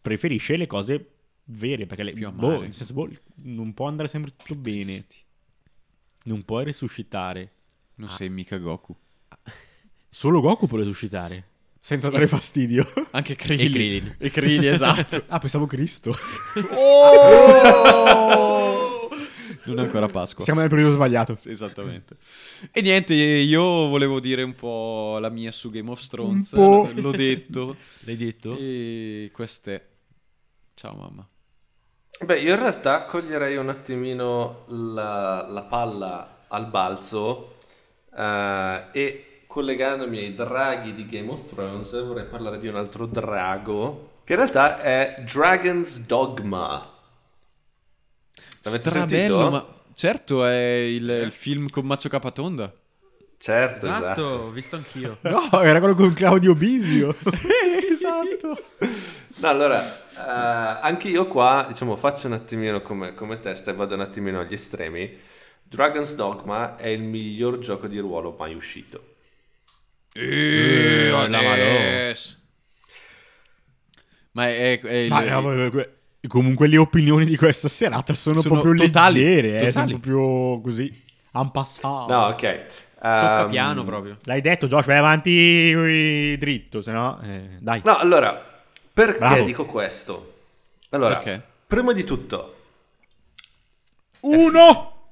Speaker 2: preferisce le cose vere, perché le,
Speaker 1: Più amare.
Speaker 2: boh, nel senso, boh, non può andare sempre tutto bene, non puoi resuscitare.
Speaker 1: Non
Speaker 2: Ah.
Speaker 1: sei mica Goku.
Speaker 2: Solo Goku può resuscitare, senza dare fastidio.
Speaker 1: Anche
Speaker 3: E
Speaker 1: Krillin.
Speaker 3: Krillin.
Speaker 1: E Krillin, esatto.
Speaker 2: ah, pensavo Cristo.
Speaker 1: non è ancora Pasqua.
Speaker 2: Siamo nel periodo sbagliato.
Speaker 1: Esattamente. E niente, io volevo dire un po' la mia su Game of Thrones.
Speaker 2: Un po'.
Speaker 1: L'ho detto.
Speaker 3: L'hai detto?
Speaker 1: E queste. Ciao mamma.
Speaker 4: Beh, io in realtà coglierei un attimino la, la palla al balzo eh, e collegandomi ai draghi di Game of Thrones vorrei parlare di un altro drago che in realtà è Dragon's Dogma. L'avete
Speaker 1: Strabello,
Speaker 4: sentito?
Speaker 1: ma certo è il, il film con Maccio Capatonda.
Speaker 4: Certo, esatto.
Speaker 3: visto anch'io.
Speaker 1: Ehm,
Speaker 2: No, era quello con Claudio Bisio.
Speaker 1: esatto.
Speaker 4: No, allora, eh, anche io qua, diciamo, faccio un attimino come, come testa e vado un attimino agli estremi. Dragon's Dogma è il miglior gioco di ruolo mai uscito.
Speaker 1: Eh,
Speaker 3: la
Speaker 1: adesso. Ma è, è il-
Speaker 2: Ma, no, vabbè, que- comunque le opinioni di questa serata sono,
Speaker 1: Sono
Speaker 2: proprio
Speaker 1: totali,
Speaker 2: leggere, eh, sono
Speaker 1: totali.
Speaker 2: proprio così. Han passato.
Speaker 4: No, ok.
Speaker 3: Tocca
Speaker 4: Ehm,
Speaker 3: piano proprio.
Speaker 2: L'hai detto Josh, vai avanti eh, dritto, se no... eh, dai.
Speaker 4: No, allora, perché
Speaker 2: Bravo.
Speaker 4: dico questo? Allora,
Speaker 1: Perché?
Speaker 4: prima di tutto,
Speaker 2: Uno!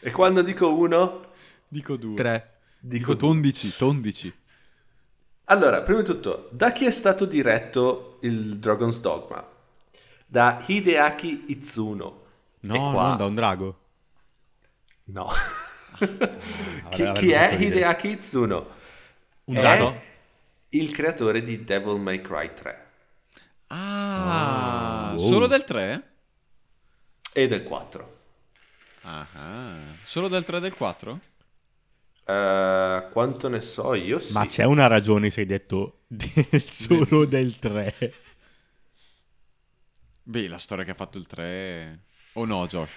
Speaker 4: e quando dico uno,
Speaker 1: dico due.
Speaker 3: Tre.
Speaker 1: Dico
Speaker 4: dico tu.
Speaker 1: tondici, tondici.
Speaker 4: Allora, prima di tutto, da chi è stato diretto il Dragon's Dogma? Da Hideaki Itsuno. E
Speaker 2: No,
Speaker 4: qua-
Speaker 2: non da un drago.
Speaker 4: No.
Speaker 2: vabbè,
Speaker 4: chi,
Speaker 2: avrebbe
Speaker 4: chi è
Speaker 2: fatto ridere.
Speaker 4: Hideaki Itsuno?
Speaker 2: Un
Speaker 4: È
Speaker 2: drago?
Speaker 4: Il creatore di Devil May Cry 3
Speaker 1: Ah,
Speaker 2: Oh.
Speaker 1: solo del 3?
Speaker 4: e del 4.
Speaker 1: Solo del 3 e del 4?
Speaker 4: Eh, quanto ne so io, sì.
Speaker 2: Ma c'è una ragione se hai detto del solo del 3.
Speaker 1: Beh, la storia che ha fatto il 3... O no, Josh?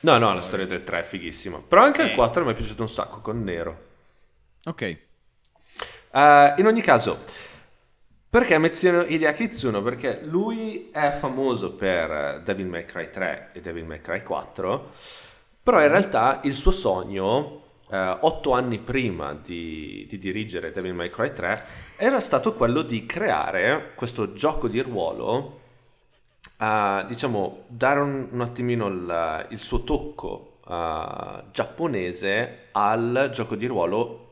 Speaker 4: No, no, la storia del 3 è fighissima. Però anche il 4 mi è piaciuto un sacco con Nero.
Speaker 1: Ok.
Speaker 4: Eh, in ogni caso, Perché menziono Hideo Kitsuno? Perché lui è famoso per eh, Devil May Cry 3 e Devil May Cry 4, però in realtà il suo sogno, eh, otto anni prima di, di dirigere Devil May Cry 3, era stato quello di creare questo gioco di ruolo, a, diciamo, dare un, un attimino il, il suo tocco eh, giapponese al gioco di ruolo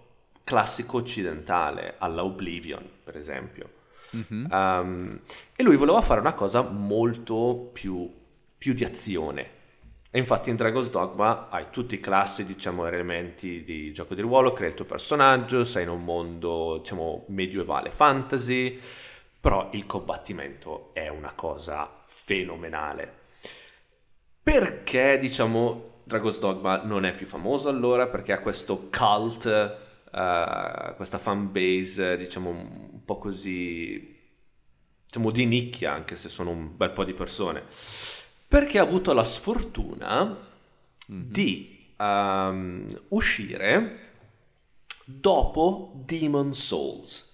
Speaker 4: classico occidentale, alla Oblivion, per esempio.
Speaker 1: Mhm.
Speaker 4: Um, e lui voleva fare una cosa molto più, più di azione. E infatti in Dragon's Dogma hai tutti i classi, diciamo, elementi di gioco di ruolo, crei il tuo personaggio, sei in un mondo, diciamo, medievale fantasy, però il combattimento è una cosa fenomenale. Perché, diciamo, Dragon's Dogma non è più famoso allora? Perché ha questo cult, eh, questa fan base, diciamo, un po' così, diciamo, di nicchia, anche se sono un bel po' di persone. Perché ha avuto la sfortuna di ehm, uscire dopo Demon Souls.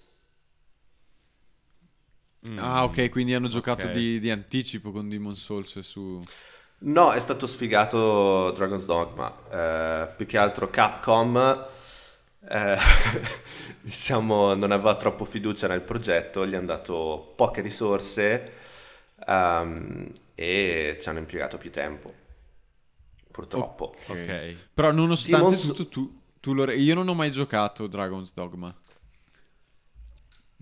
Speaker 2: Mm.
Speaker 1: Ah, ok, quindi hanno giocato
Speaker 2: ok.
Speaker 1: Di, di anticipo con Demon Souls su...
Speaker 4: No, è stato sfigato Dragon's Dogma. Eh, più che altro Capcom, eh, diciamo, non aveva troppo fiducia nel progetto, gli hanno dato poche risorse ehm, e ci hanno impiegato più tempo. Purtroppo.
Speaker 5: Ok.
Speaker 1: Però nonostante
Speaker 4: Demon Sou-
Speaker 1: tutto tu, tu lo... Io non ho mai giocato Dragon's Dogma.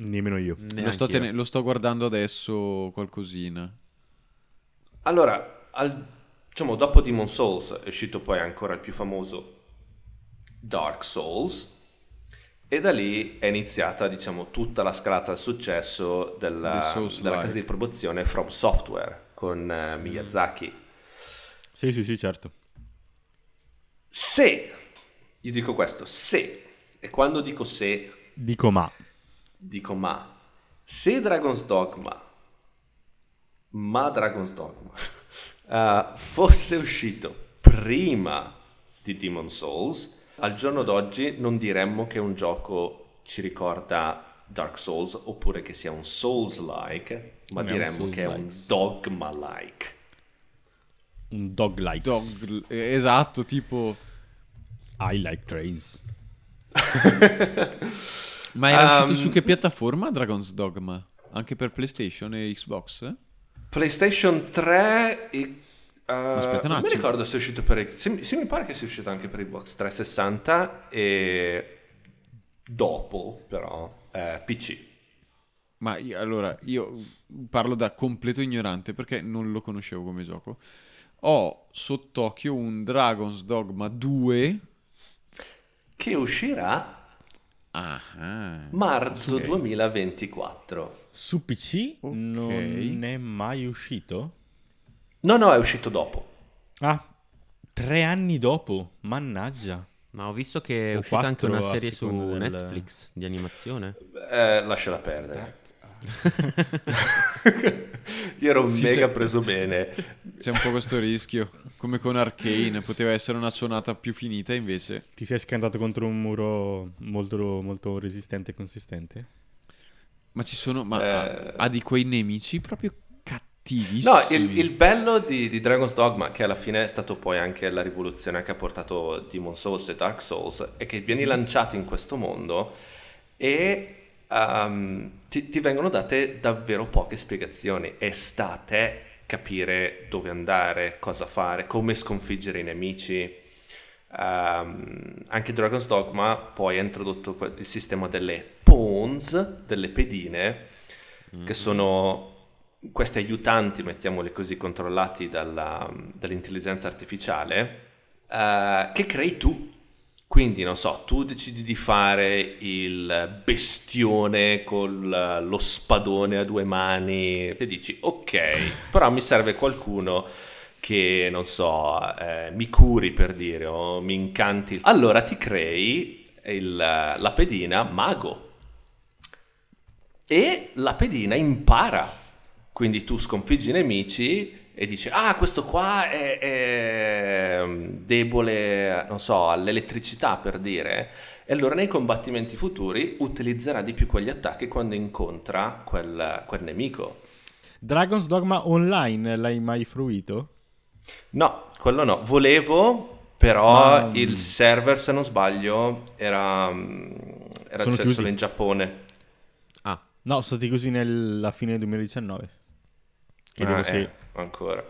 Speaker 2: Nemmeno io.
Speaker 1: Lo sto, tene- lo sto guardando adesso qualcosina.
Speaker 4: Allora, al- diciamo, dopo Demon Souls è uscito poi ancora il più famoso Dark Souls e da lì è iniziata, diciamo, tutta la scalata al successo
Speaker 1: Dei
Speaker 4: della,
Speaker 1: Souls-like.
Speaker 4: della casa di produzione From Software con eh, Miyazaki.
Speaker 2: Sì, sì, sì, certo.
Speaker 4: Se, io dico questo, se, e quando dico se,
Speaker 2: Dico ma.
Speaker 4: dico ma, se Dragon's Dogma, ma Dragon's Dogma, eh, fosse uscito prima di Demon Souls, al giorno d'oggi non diremmo che un gioco ci ricorda Dark Souls oppure che sia un Souls-like, ma
Speaker 5: È un
Speaker 4: diremmo che è un
Speaker 5: Souls-like.
Speaker 4: Dogma-like.
Speaker 2: Un dog likes.
Speaker 1: Dog- eh, Esatto, tipo...
Speaker 2: I like trains.
Speaker 1: Ma era uscito
Speaker 4: Um,
Speaker 1: su che piattaforma Dragon's Dogma? Anche per PlayStation e Xbox?
Speaker 4: PlayStation 3 e... eh,
Speaker 1: aspetta un
Speaker 4: non mi
Speaker 1: attimo.
Speaker 4: ricordo se è uscito per... il- Sì, sì, mi pare che sia uscito anche per il box 360 e... Dopo, però, eh, PC.
Speaker 1: Ma io- allora, io parlo da completo ignorante perché non lo conoscevo come gioco. Ho sott'occhio un Dragon's Dogma 2.
Speaker 4: Che uscirà
Speaker 1: Ah,
Speaker 4: marzo
Speaker 1: Ok.
Speaker 4: 2024.
Speaker 2: Su PC
Speaker 1: Ok.
Speaker 2: non è mai uscito?
Speaker 4: No, no, è uscito dopo.
Speaker 2: Ah, tre anni dopo. Mannaggia.
Speaker 3: Ma ho visto che è
Speaker 2: O
Speaker 3: uscita anche
Speaker 2: quattro
Speaker 3: una
Speaker 2: a
Speaker 3: serie su
Speaker 2: seconda del-
Speaker 3: Netflix di animazione.
Speaker 4: Eh, lasciala perdere. Io ero
Speaker 1: Ci
Speaker 4: mega
Speaker 1: sei-
Speaker 4: preso bene.
Speaker 1: C'è un po' questo rischio, come con Arcane, poteva essere una suonata più finita invece.
Speaker 2: Ti sei scandato contro un muro molto, molto resistente e consistente?
Speaker 1: Ma ci sono ma
Speaker 4: Eh.
Speaker 1: ha, ha di quei nemici proprio cattivissimi.
Speaker 4: No, il, il bello di, di Dragon's Dogma, che alla fine è stato poi anche la rivoluzione che ha portato Demon Souls e Dark Souls, è che vieni lanciato in questo mondo e ehm, ti, ti vengono date davvero poche spiegazioni e sta a te capire dove andare, cosa fare, come sconfiggere i nemici. Ehm, anche Dragon's Dogma poi ha introdotto que- il sistema delle pawns, delle pedine, che sono questi aiutanti, mettiamoli così, controllati dalla- dall'intelligenza artificiale, eh, che crei tu. Quindi, non so, tu decidi di fare il bestione con la- lo spadone a due mani e dici, ok, però mi serve qualcuno che, non so, eh, mi curi per dire, o mi incanti. Allora ti crei il- la pedina mago e la pedina impara. Quindi tu sconfiggi i nemici e dice ah questo qua è, è mm, debole, non so, all'elettricità per dire, e allora nei combattimenti futuri utilizzerà di più quegli attacchi quando incontra quel, quel nemico.
Speaker 2: Dragon's Dogma Online l'hai mai fruito?
Speaker 4: No, quello no, volevo... Però
Speaker 2: Ah.
Speaker 4: il server, se non sbaglio, era, mm, era
Speaker 2: Sono
Speaker 4: c'è
Speaker 2: chiusi.
Speaker 4: solo in Giappone.
Speaker 3: Ah,
Speaker 2: No, sono stati così nella fine del 2019. Credo
Speaker 4: Ah,
Speaker 2: sì.
Speaker 4: eh, ancora.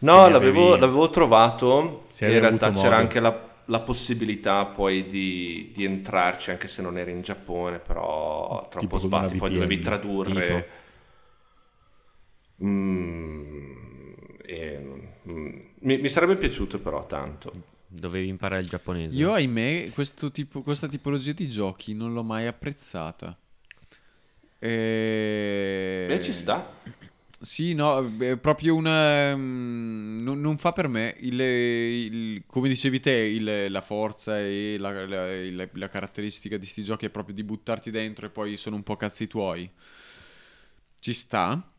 Speaker 4: No,
Speaker 2: ne
Speaker 4: l'avevo,
Speaker 2: avevi-
Speaker 4: l'avevo trovato.
Speaker 2: se
Speaker 4: e In
Speaker 2: avevi
Speaker 4: realtà
Speaker 2: avuto
Speaker 4: c'era
Speaker 2: modo.
Speaker 4: anche la, la possibilità poi di, di entrarci, anche se non era in Giappone, però troppo
Speaker 2: con
Speaker 4: sbatti.
Speaker 2: una
Speaker 4: Poi
Speaker 2: VPN,
Speaker 4: dovevi tradurre. Mm, e- mm, mi, mi sarebbe piaciuto però tanto.
Speaker 3: dovevi imparare il giapponese.
Speaker 1: Io, ahimè, questo tipo- questa tipologia di giochi non l'ho mai apprezzata. Eh, E...
Speaker 4: E Eh, ci sta.
Speaker 1: Sì, no, è proprio una... mm, Non, non fa per me, il, il- come dicevi te, il- la forza e la, la- il- la caratteristica di sti giochi è proprio di buttarti dentro e poi sono un po' cazzi tuoi. Ci sta,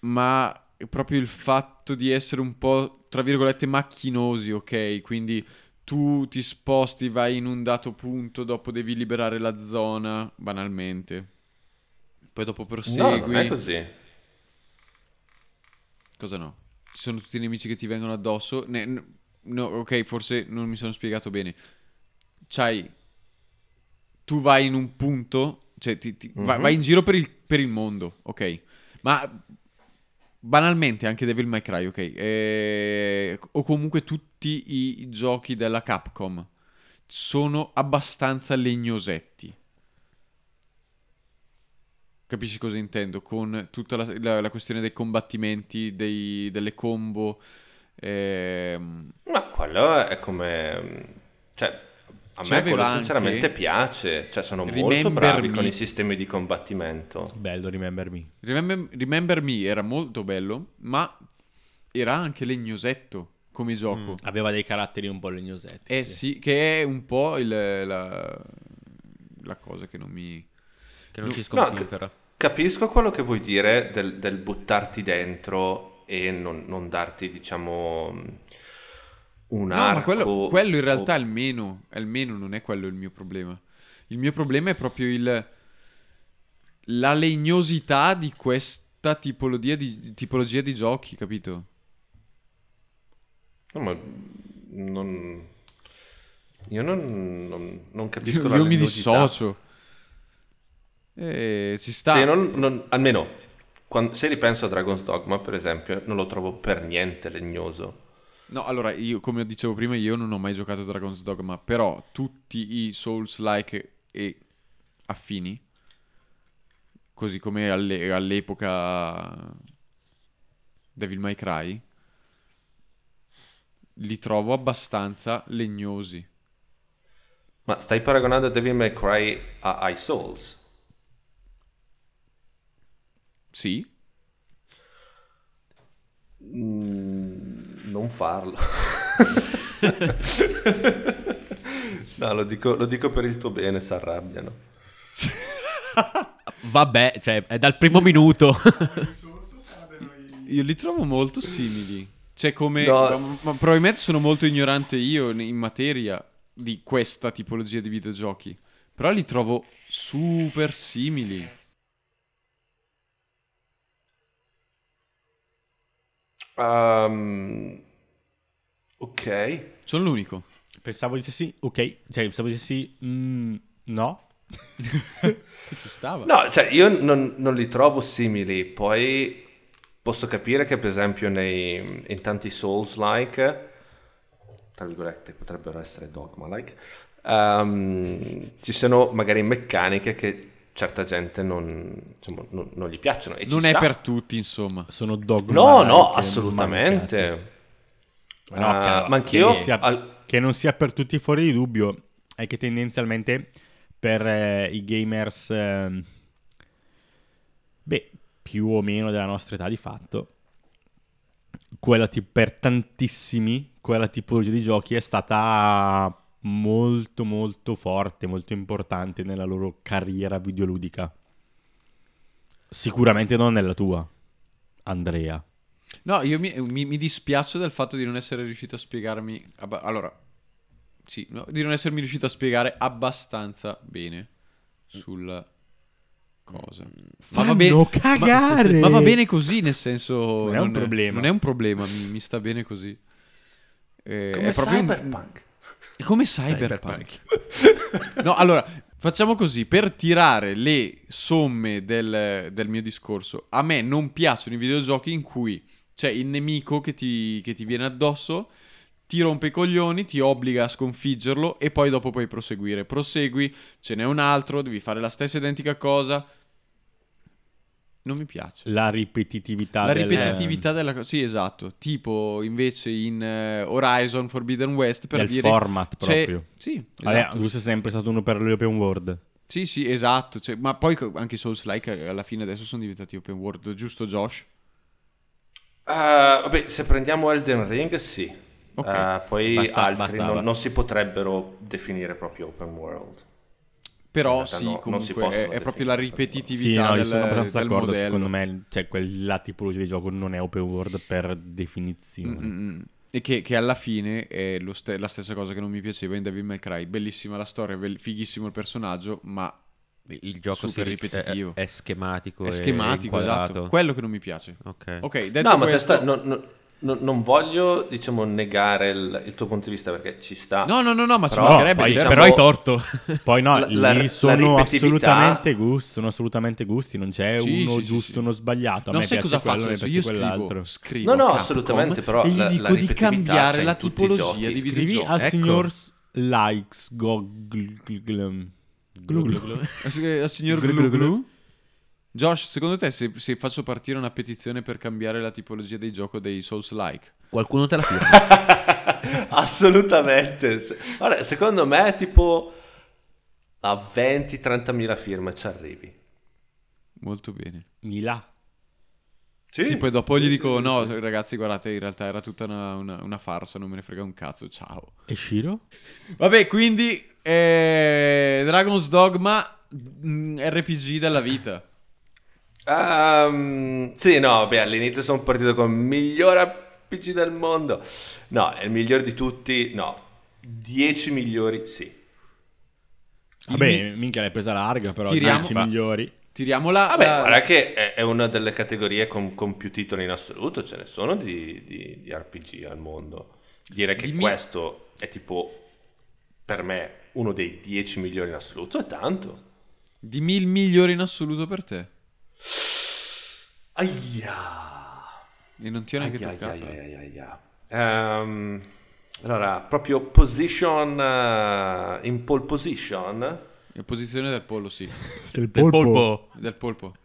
Speaker 1: ma è proprio il fatto di essere un po', tra virgolette, macchinosi, ok? Quindi tu ti sposti, vai in un dato punto, dopo devi liberare la zona, banalmente. Poi dopo
Speaker 4: no,
Speaker 1: prosegui.
Speaker 4: non è così.
Speaker 1: Cosa no? Ci sono tutti i nemici che ti vengono addosso. Ne- n- no, ok, forse non mi sono spiegato bene. C'hai. Tu vai in un punto, cioè ti- ti- va- vai, in giro per il, per il mondo, ok? Ma banalmente anche Devil May Cry, ok? eh, o comunque tutti i giochi della Capcom sono abbastanza legnosetti. Capisci cosa intendo? Con tutta la, la- la questione dei combattimenti, dei- delle combo. ehm,
Speaker 4: Ma quello è come... Cioè, a
Speaker 1: Ci
Speaker 4: me
Speaker 1: aveva
Speaker 4: quello
Speaker 1: anche-
Speaker 4: sinceramente piace. Cioè, sono molto
Speaker 1: Remember
Speaker 4: bravi
Speaker 1: Me.
Speaker 4: con i sistemi di combattimento.
Speaker 2: Bello, Remember Me.
Speaker 1: Remember, Remember Me era molto bello, ma era anche legnosetto come
Speaker 3: Mm.
Speaker 1: gioco.
Speaker 5: Aveva dei caratteri un po' legnosetti.
Speaker 1: Eh sì. che è un po' il- la, la cosa che non mi...
Speaker 3: Che non si
Speaker 4: No,
Speaker 3: sconfifera.
Speaker 4: ca- capisco quello che vuoi dire del, del buttarti dentro e non, non darti, diciamo, un
Speaker 1: No,
Speaker 4: arco.
Speaker 1: ma quello, quello in realtà
Speaker 4: o-
Speaker 1: è il meno, è il meno, non è quello il mio problema. Il mio problema è proprio il... la legnosità di questa tipologia di, tipologia di giochi, capito?
Speaker 4: No, ma non... Io non, non- non capisco
Speaker 1: Io,
Speaker 4: la
Speaker 1: io mi
Speaker 4: legnosità.
Speaker 1: dissocio. Eh, ci sta.
Speaker 4: Cioè, non- non- almeno, quan- se ripenso a Dragon's Dogma, per esempio, non lo trovo per niente legnoso.
Speaker 1: No, allora, io, come dicevo prima, io non ho mai giocato a Dragon's Dogma, però tutti i Souls-like e affini, così come alle- all'epoca Devil May Cry, li trovo abbastanza legnosi.
Speaker 4: Ma stai paragonando Devil May Cry a I Souls?
Speaker 1: Sì?
Speaker 4: Mm, Non farlo. no, lo dico, lo dico per il tuo bene, si arrabbiano.
Speaker 5: Vabbè, cioè, è dal primo minuto.
Speaker 1: Io li trovo molto simili. Cioè, come.
Speaker 4: No.
Speaker 1: ma- ma probabilmente sono molto ignorante io in in materia di questa tipologia di videogiochi. Però li trovo super simili.
Speaker 4: Ehm, ok.
Speaker 1: Sono l'unico.
Speaker 2: Pensavo dicessi ok, cioè pensavo dicessi mm, no.
Speaker 1: Ci stava.
Speaker 4: No, cioè io non, non li trovo simili, poi posso capire che per esempio nei, in tanti Souls-like, tra virgolette potrebbero essere dogma-like, ehm, ci sono magari meccaniche che certa gente non, insomma, non, non gli piacciono. E ci
Speaker 1: non è
Speaker 4: sta.
Speaker 1: per tutti, insomma.
Speaker 2: Sono dogma.
Speaker 4: No,
Speaker 2: like,
Speaker 4: no,
Speaker 2: mancati.
Speaker 4: assolutamente.
Speaker 2: Ma no,
Speaker 4: Ah,
Speaker 2: chiaro,
Speaker 4: ma anch'io
Speaker 2: Che, sia-
Speaker 4: al-
Speaker 2: che non sia per tutti fuori di dubbio è che tendenzialmente per eh, i gamers, ehm, beh, più o meno della nostra età di fatto, quella ti- per tantissimi quella tipologia di giochi è stata molto molto forte, molto importante nella loro carriera videoludica. Sicuramente non nella tua, Andrea.
Speaker 1: No, io mi, mi- mi dispiaccio del fatto di non essere riuscito a spiegarmi. abba- allora, sì, no, di non essermi riuscito a spiegare abbastanza bene sulla cosa. Ma
Speaker 2: Fanno cagare!
Speaker 1: Ma, ma va bene così, nel senso.
Speaker 2: Non è un problema.
Speaker 1: Non è un problema, mi, mi sta bene così. Eh,
Speaker 4: Come
Speaker 1: è proprio un-
Speaker 4: Cyberpunk.
Speaker 1: è come cyberpunk. no, allora, facciamo così, per tirare le somme del, del mio discorso, a me non piacciono i videogiochi in cui c'è il nemico che ti, che ti viene addosso, ti rompe i coglioni, ti obbliga a sconfiggerlo e poi dopo puoi proseguire. Prosegui, ce n'è un altro, devi fare la stessa identica cosa. Non mi piace.
Speaker 2: La ripetitività.
Speaker 1: La
Speaker 2: del-
Speaker 1: ripetitività della cosa. Sì, esatto. Tipo invece in eh, Horizon Forbidden West per
Speaker 2: Del
Speaker 1: dire.
Speaker 2: format
Speaker 1: c'è-
Speaker 2: proprio.
Speaker 1: Cioè,
Speaker 2: Ah, eh,
Speaker 1: Sì,
Speaker 2: Vabbè,
Speaker 1: esatto.
Speaker 2: tu sei sempre stato uno per le open world.
Speaker 1: sì, sì, esatto. Cioè, ma poi co- anche i Souls like eh, alla fine adesso sono diventati open world, giusto, Josh?
Speaker 4: Eh, vabbè, se prendiamo Elden Ring, sì.
Speaker 1: Ok.
Speaker 4: Eh, poi
Speaker 5: Basta-
Speaker 4: altri
Speaker 5: bastava.
Speaker 4: non, non si potrebbero definire proprio open world.
Speaker 1: Però
Speaker 4: Cioè, In realtà
Speaker 1: sì,
Speaker 4: no, non si
Speaker 1: comunque
Speaker 4: possono
Speaker 1: è, è proprio la
Speaker 4: definire open world.
Speaker 2: Sì, no,
Speaker 1: ripetitività
Speaker 2: io
Speaker 1: del,
Speaker 2: sono abbastanza
Speaker 1: del
Speaker 2: d'accordo.
Speaker 1: modello.
Speaker 2: Secondo me, cioè, quella tipologia di gioco non è open world per definizione.
Speaker 1: Mm, mm, mm. E che, che alla fine è lo ste- la stessa cosa che non mi piaceva in Devil May Cry. Bellissima la storia, bel- fighissimo il personaggio, ma
Speaker 3: Il gioco
Speaker 1: Super
Speaker 3: si-
Speaker 1: ripetitivo.
Speaker 3: È, è schematico.
Speaker 1: è
Speaker 3: e
Speaker 1: schematico, esatto.
Speaker 3: inquadrato. Eh.
Speaker 1: Quello che non mi piace.
Speaker 3: Ok.
Speaker 1: Ok, detto
Speaker 4: no, ma te
Speaker 1: questo-
Speaker 4: sta- non- non- non- non voglio, diciamo, negare il, il tuo punto di vista perché ci sta.
Speaker 1: No, no, no, no, ma ci
Speaker 4: Però-
Speaker 1: mancherebbe.
Speaker 4: poi- diciamo,
Speaker 1: certo.
Speaker 5: Però hai torto.
Speaker 2: Poi no,
Speaker 4: La- la-
Speaker 2: lì
Speaker 4: la
Speaker 2: sono
Speaker 4: ripetitività-
Speaker 2: assolutamente gusti, sono assolutamente gusti, non c'è
Speaker 1: Sì,
Speaker 2: uno
Speaker 1: sì, sì,
Speaker 2: giusto,
Speaker 1: sì.
Speaker 2: uno sbagliato. A
Speaker 1: non
Speaker 2: me
Speaker 1: sai
Speaker 2: piace
Speaker 1: cosa
Speaker 2: quello,
Speaker 1: faccio
Speaker 2: mi
Speaker 1: adesso,
Speaker 2: piace
Speaker 1: io scrivo,
Speaker 2: quell'altamente
Speaker 1: scrivo
Speaker 4: No, no,
Speaker 1: a Capcom
Speaker 4: assolutamente, però
Speaker 1: e gli
Speaker 4: la- la
Speaker 1: dico di
Speaker 4: ripetitività
Speaker 1: cambiare
Speaker 4: c'è
Speaker 1: la
Speaker 4: in tutti i giochi.
Speaker 1: tipologia di
Speaker 4: Scrivi
Speaker 2: Scrivi
Speaker 1: videogioco
Speaker 2: a
Speaker 1: Ecco.
Speaker 2: signor Likes go, gl- gl- gl- glu- glu-
Speaker 1: Eh, al signor
Speaker 2: Glu,
Speaker 1: Glu
Speaker 2: glu.
Speaker 1: Glu. Josh, secondo te se, se faccio partire una petizione per cambiare la tipologia dei gioco dei Souls like?
Speaker 3: Qualcuno te la firma.
Speaker 4: Assolutamente. Se- Guarda, secondo me, tipo a 20-30 mila firme ci arrivi.
Speaker 1: Molto bene.
Speaker 2: Mila.
Speaker 1: Sì, poi dopo gli dico no, ragazzi, guardate, in realtà era tutta una, una- una farsa, non me ne frega un cazzo, ciao.
Speaker 2: E Shiro?
Speaker 1: Vabbè, quindi eh, Dragon's Dogma mm, RPG della vita.
Speaker 4: Ehm, sì, no, beh, all'inizio sono partito con miglior RPG del mondo. No, è il migliore di tutti. No, 10 migliori, sì.
Speaker 2: Vabbè, minchia l'hai presa larga, però
Speaker 1: Tiriamo-
Speaker 2: 10 migliori.
Speaker 1: Tiriamo la...
Speaker 4: Vabbè,
Speaker 1: la-
Speaker 4: guarda che è, è una delle categorie con, con più titoli in assoluto, ce ne sono di, di- di RPG al mondo. Dire che
Speaker 1: Dimmi-
Speaker 4: questo è tipo, per me, uno dei 10 migliori in assoluto è tanto.
Speaker 1: Dimmi il migliore in assoluto per te.
Speaker 4: Aia.
Speaker 1: E non ti ho neanche
Speaker 4: Aia, aia,
Speaker 1: toccato. eh.
Speaker 4: aia, aia, aia. Ehm, allora, proprio position eh, in pole position.
Speaker 1: In Posizione del pollo, sì.
Speaker 2: Del
Speaker 5: Del polpo.
Speaker 1: Del polpo.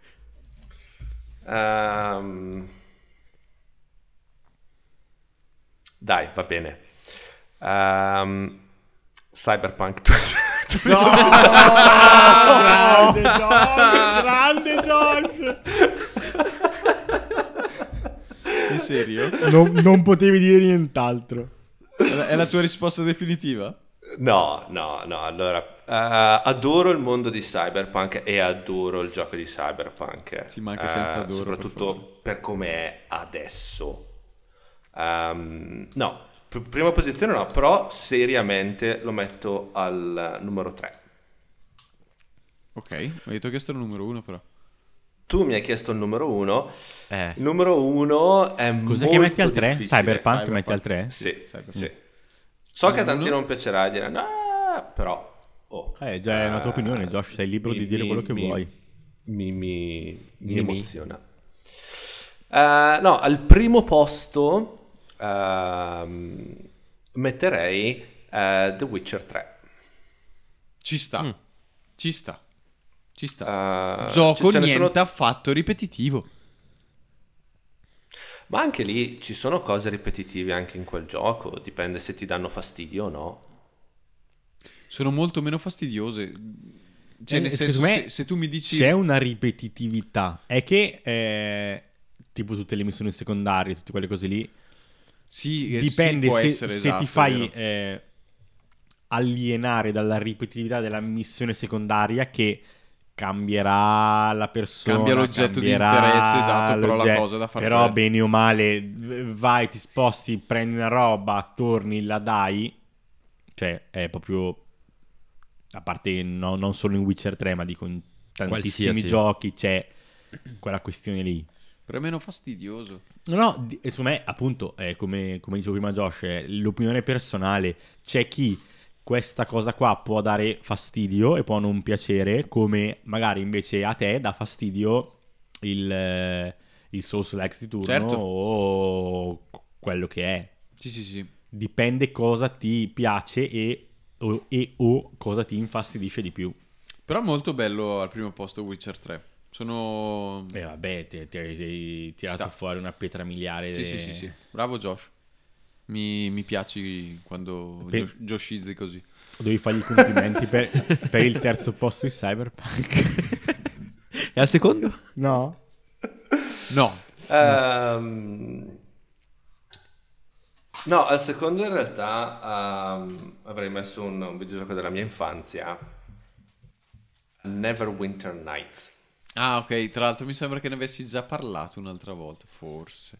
Speaker 4: ehm, dai, va bene. Ehm, cyberpunk.
Speaker 2: Grande Josh, grande
Speaker 1: Sei serio?
Speaker 2: Josh. Non, non potevi dire nient'altro.
Speaker 1: È la- è la tua risposta definitiva?
Speaker 4: no, no, no. Allora, eh, adoro il mondo di cyberpunk e adoro il gioco di cyberpunk.
Speaker 1: Sì, ma anche senza
Speaker 4: Eh,
Speaker 1: adoro, per
Speaker 4: Soprattutto
Speaker 1: favore.
Speaker 4: per, come è adesso. Ehm, no, pr- prima posizione no, però seriamente lo metto al numero 3.
Speaker 1: Ok, mi hai detto che questo è il numero uno però.
Speaker 4: Tu mi hai chiesto il numero 1.
Speaker 3: Eh.
Speaker 4: Il numero 1 è
Speaker 2: Cos'è
Speaker 4: molto
Speaker 2: che metti al 3?
Speaker 4: difficile.
Speaker 2: Cyberpunk metti al Mm. 3?
Speaker 4: Sì,
Speaker 1: Cyberpunk.
Speaker 4: sì. So che a tanti non piacerà dire no, però... oh,
Speaker 2: Eh, già è una tua opinione, Josh, sei libero di dire quello che vuoi.
Speaker 4: Mi, mi- mi
Speaker 3: Mi-
Speaker 4: emoziona. Eh, no, al primo posto ehm, metterei eh, The Witcher 3.
Speaker 1: Ci
Speaker 2: Mm.
Speaker 1: sta. Ci sta. Ci sta.
Speaker 4: Eh,
Speaker 1: Gioco
Speaker 4: ce- ce ne sono-
Speaker 1: niente affatto ripetitivo.
Speaker 4: Ma anche lì ci sono cose ripetitive anche in quel gioco, dipende se ti danno fastidio o no.
Speaker 1: Sono molto meno fastidiose. Cioè,
Speaker 2: Eh,
Speaker 1: nel senso,
Speaker 2: secondo me
Speaker 1: se, se tu mi dici...
Speaker 2: C'è una ripetitività. È che, eh, tipo tutte le missioni secondarie, tutte quelle cose lì,
Speaker 1: Sì, eh,
Speaker 2: dipende
Speaker 1: sì, può
Speaker 2: se,
Speaker 1: essere,
Speaker 2: se
Speaker 1: esatto,
Speaker 2: ti
Speaker 1: è
Speaker 2: fai
Speaker 1: vero.
Speaker 2: eh, alienare dalla ripetitività della missione secondaria che cambierà la persona.
Speaker 1: Cambia l'oggetto di
Speaker 2: cambierà
Speaker 1: interesse, esatto, però la
Speaker 2: l'oggetto.
Speaker 1: cosa da fare
Speaker 2: Però
Speaker 1: quella.
Speaker 2: bene o male, v- vai, ti sposti, prendi una roba, torni, la dai. Cioè, è proprio... A parte che no- non solo in Witcher 3, ma dico in tantissimi
Speaker 5: Qualsiasi.
Speaker 2: giochi c'è quella questione lì.
Speaker 1: Per me è meno fastidioso.
Speaker 2: No, no, di- e su me, appunto, è come, come dicevo prima Josh, è l'opinione personale. C'è chi questa cosa qua può dare fastidio e può non piacere, come magari invece a te dà fastidio il, eh, il Souls Lex di turno
Speaker 1: Certo.
Speaker 2: o quello che è.
Speaker 1: Sì, sì, sì.
Speaker 2: Dipende cosa ti piace e o, e o cosa ti infastidisce di più.
Speaker 1: Però è molto bello al primo posto Witcher 3. Sono...
Speaker 2: E vabbè, ti, ti hai tirato
Speaker 1: sta.
Speaker 2: fuori una pietra miliare.
Speaker 1: Sì, sì, sì, sì. Bravo Josh. Mi, mi piaci quando
Speaker 2: Pe-
Speaker 1: Josh Joshizzi così.
Speaker 2: Devi fargli i complimenti per, per il terzo posto di Cyberpunk.
Speaker 3: E al secondo?
Speaker 2: No?
Speaker 1: No,
Speaker 4: Ehm, no, al secondo in realtà ehm, avrei messo un, un videogioco della mia infanzia, Neverwinter Nights.
Speaker 1: Ah, ok. Tra l'altro, mi sembra che ne avessi già parlato un'altra volta, forse.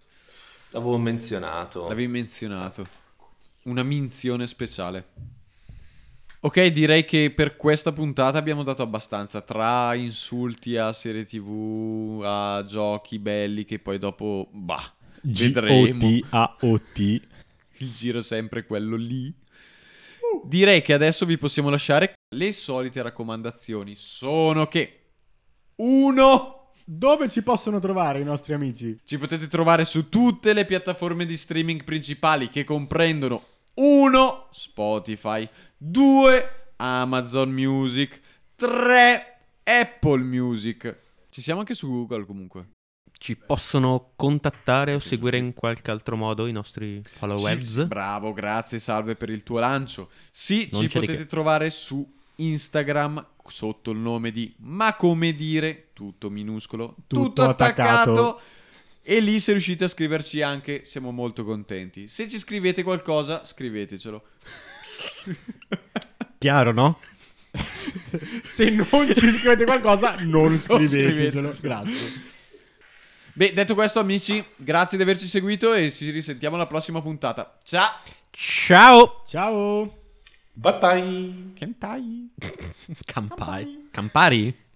Speaker 4: L'avevo menzionato.
Speaker 1: L'avevi menzionato. Una minzione speciale. Ok, direi che per questa puntata abbiamo dato abbastanza. Tra insulti a serie TV, a giochi belli che poi dopo. Bah, vedremo.
Speaker 2: G-O-T-A-O-T.
Speaker 1: Il giro è sempre quello lì. Direi che adesso vi possiamo lasciare. Le solite raccomandazioni sono che. 1.
Speaker 2: Dove ci possono trovare i nostri amici?
Speaker 1: Ci potete trovare su tutte le piattaforme di streaming principali che comprendono 1 Spotify, 2 Amazon Music, 3 Apple Music. Ci siamo anche su Google comunque.
Speaker 3: Ci possono contattare o seguire in qualche altro modo i nostri
Speaker 1: Sì,
Speaker 3: followers?
Speaker 1: bravo, grazie, salve per il tuo lancio. Sì,
Speaker 3: Non
Speaker 1: ci
Speaker 3: c'è di
Speaker 1: potete
Speaker 3: che.
Speaker 1: trovare su Instagram sotto il nome di Ma come dire, tutto minuscolo, tutto,
Speaker 2: Tutto
Speaker 1: attaccato.
Speaker 2: attaccato.
Speaker 1: E lì se riuscite a scriverci anche, siamo molto contenti. Se ci scrivete qualcosa, scrivetecelo.
Speaker 3: Chiaro, no?
Speaker 2: Se non ci scrivete qualcosa, non
Speaker 1: scrivetecelo.
Speaker 2: scrivetecelo. Grazie.
Speaker 1: Beh, detto questo, amici, grazie di averci seguito e ci risentiamo alla prossima puntata. Ciao!
Speaker 3: Ciao!
Speaker 2: Ciao.
Speaker 4: Bye bye!
Speaker 1: Kentai!
Speaker 3: Campai. Campari?